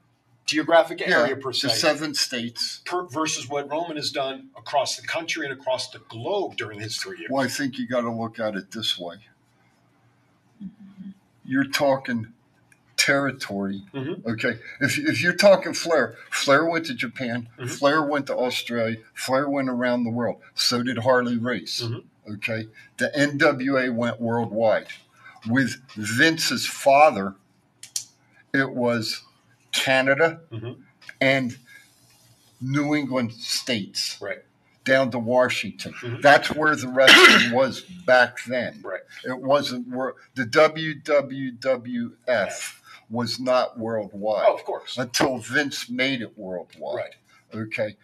Speaker 1: geographic area per se.
Speaker 3: the seven states.
Speaker 1: per, versus what Roman has done across the country and across the globe during his three years.
Speaker 3: Well, I think you got to look at it this way. You're talking territory, okay? If, if you're talking Flair, Flair went to Japan, Flair went to Australia, Flair went around the world. So did Harley Race, okay? The NWA went worldwide. With Vince's father, it was Canada
Speaker 1: Mm-hmm.
Speaker 3: and New England states.
Speaker 1: Right.
Speaker 3: Down to Washington. That's where the wrestling was back then.
Speaker 1: Mm-hmm. Right.
Speaker 3: It wasn't where the WWWF was not worldwide.
Speaker 1: Oh, of course.
Speaker 3: Until Vince made it worldwide.
Speaker 1: Right.
Speaker 3: Okay.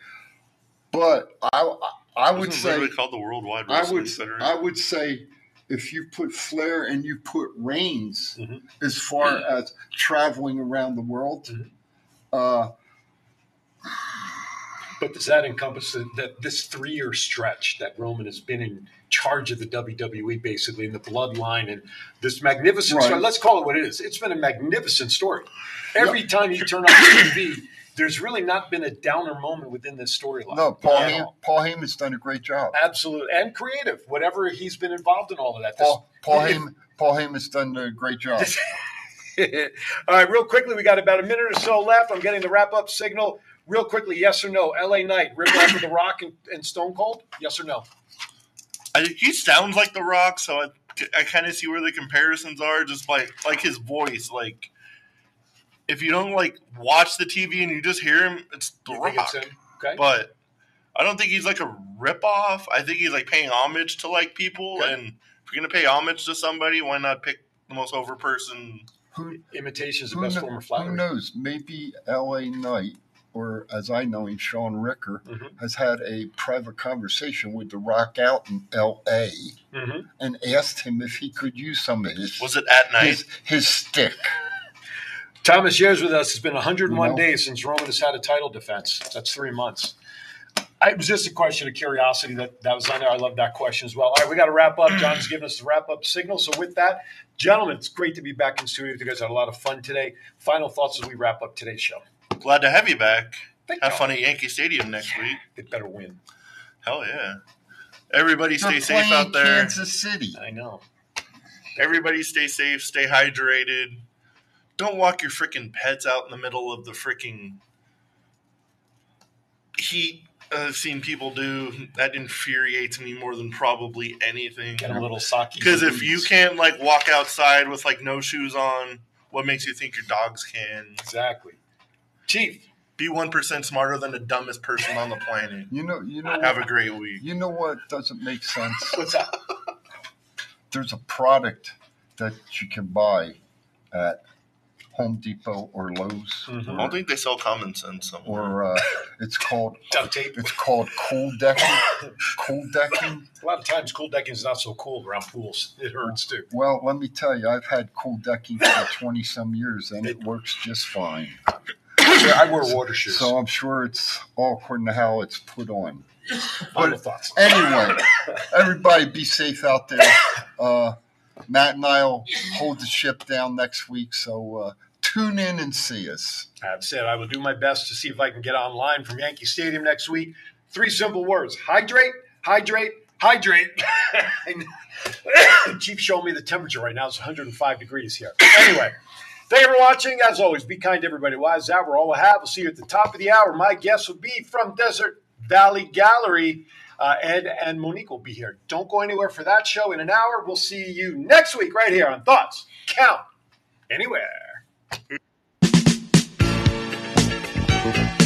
Speaker 3: But I I, I would
Speaker 2: Wasn't it
Speaker 3: say
Speaker 2: literally called the Worldwide
Speaker 3: I
Speaker 2: Wrestling
Speaker 3: would
Speaker 2: Federation.
Speaker 3: I would say if you put Flair and you put Reigns
Speaker 1: Mm-hmm.
Speaker 3: as far as traveling around the world,
Speaker 1: Mm-hmm.
Speaker 3: uh,
Speaker 1: But does that encompass the, that this three year stretch that Roman has been in charge of the WWE, basically, and the bloodline and this magnificent
Speaker 3: Right.
Speaker 1: story. Let's call it what it is. It's been a magnificent story. Every time you turn on TV, there's really not been a downer moment within this storyline.
Speaker 3: No, Paul,
Speaker 1: At
Speaker 3: Heyman,
Speaker 1: all.
Speaker 3: Paul Heyman's done a great job.
Speaker 1: Absolutely. And creative, whatever he's been involved in all of that. This-
Speaker 3: Paul, Paul, Heyman, Paul Heyman's done a great job.
Speaker 1: All right, real quickly, we got about a minute or so left. I'm getting the wrap up signal. Real quickly, yes or no? LA Knight, rip off of The Rock and, and Stone Cold? Yes or no?
Speaker 2: I, he sounds like The Rock, so I, I kind of see where the comparisons are. Just like like his voice, like if you don't like watch the TV and you just hear him, it's The Rock.
Speaker 1: think it's him? Okay.
Speaker 2: But I don't think he's like a ripoff. I think he's like paying homage to like people, and if you're gonna pay homage to somebody, why not pick the most over person?
Speaker 3: Who
Speaker 1: imitation is
Speaker 2: the best
Speaker 3: kno-
Speaker 2: form of
Speaker 3: Who
Speaker 2: flattery.
Speaker 3: knows? Maybe L.A. Knight, or as I know him, Sean Ricker,
Speaker 2: Mm-hmm.
Speaker 3: has had a private conversation with The Rock out in L.A.
Speaker 1: Mm-hmm.
Speaker 2: Mhm.
Speaker 3: and asked him if he could use some of his.
Speaker 2: Was it at night?
Speaker 3: His, his stick.
Speaker 1: Thomas shares with us it's been 101
Speaker 3: No.
Speaker 1: days since Roman has had a title defense. That's three months. I, it was just a question of curiosity that, that was on there. I love that question as well. All right, we got to wrap up. John's giving us the wrap up signal. So, with that, gentlemen, it's great to be back in studio with you guys. Had a lot of fun today. Final thoughts as we wrap up today's show.
Speaker 2: Glad to have you back.
Speaker 1: Thank
Speaker 2: have
Speaker 1: you.
Speaker 2: fun at Yankee Stadium next week.
Speaker 1: They better win.
Speaker 2: Hell yeah! Everybody, stay
Speaker 3: They're
Speaker 2: safe
Speaker 3: playing
Speaker 2: out there.
Speaker 3: Kansas City.
Speaker 1: I know.
Speaker 2: Everybody stay safe, stay hydrated. Don't walk your freaking pets out in the middle of the freaking heat. I've seen people do that infuriates me more than probably anything.
Speaker 1: Get a little socky
Speaker 2: Because if you
Speaker 1: boots.
Speaker 2: can't like walk outside with like no shoes on, what makes you think your dogs can?
Speaker 1: Exactly. Chief,
Speaker 2: be one percent smarter than the dumbest person on the planet.
Speaker 3: You know, you know.
Speaker 2: Have
Speaker 3: what-
Speaker 2: a great week.
Speaker 3: You know what doesn't make sense?
Speaker 1: What's that?
Speaker 3: There's a product that you can buy at Home Depot or Lowe's.
Speaker 2: I
Speaker 3: or-
Speaker 2: don't think they sell common sense somewhere.
Speaker 3: or uh, it's called
Speaker 1: duct tape.
Speaker 3: It's called cool decking. cool decking.
Speaker 1: A lot of times, cool decking is not so cool around pools. It hurts too.
Speaker 3: Well, let me tell you, I've had cool decking for twenty some years, and it works just fine.
Speaker 1: I wear water shoes.
Speaker 3: So I'm sure it's all according to how it's put on.
Speaker 1: Final thoughts.
Speaker 3: Anyway, everybody be safe out there. Uh, Matt and I'll hold the ship down next week, so uh, tune in and see us.
Speaker 1: That's it. I will do my best to see if I can get online from Yankee Stadium next week. Three simple words hydrate, hydrate, hydrate. And Chief showed me the temperature right now. It's 105 degrees here. Anyway, thank you for watching. As always, be kind to everybody. Wise out. We're all I have. We'll see you at the top of the hour. My guest will be from Desert Valley Gallery. Uh, Ed and Monique will be here. Don't go anywhere for that show in an hour. We'll see you next week right here on Thoughts Count Anywhere.
Speaker 3: Thank you.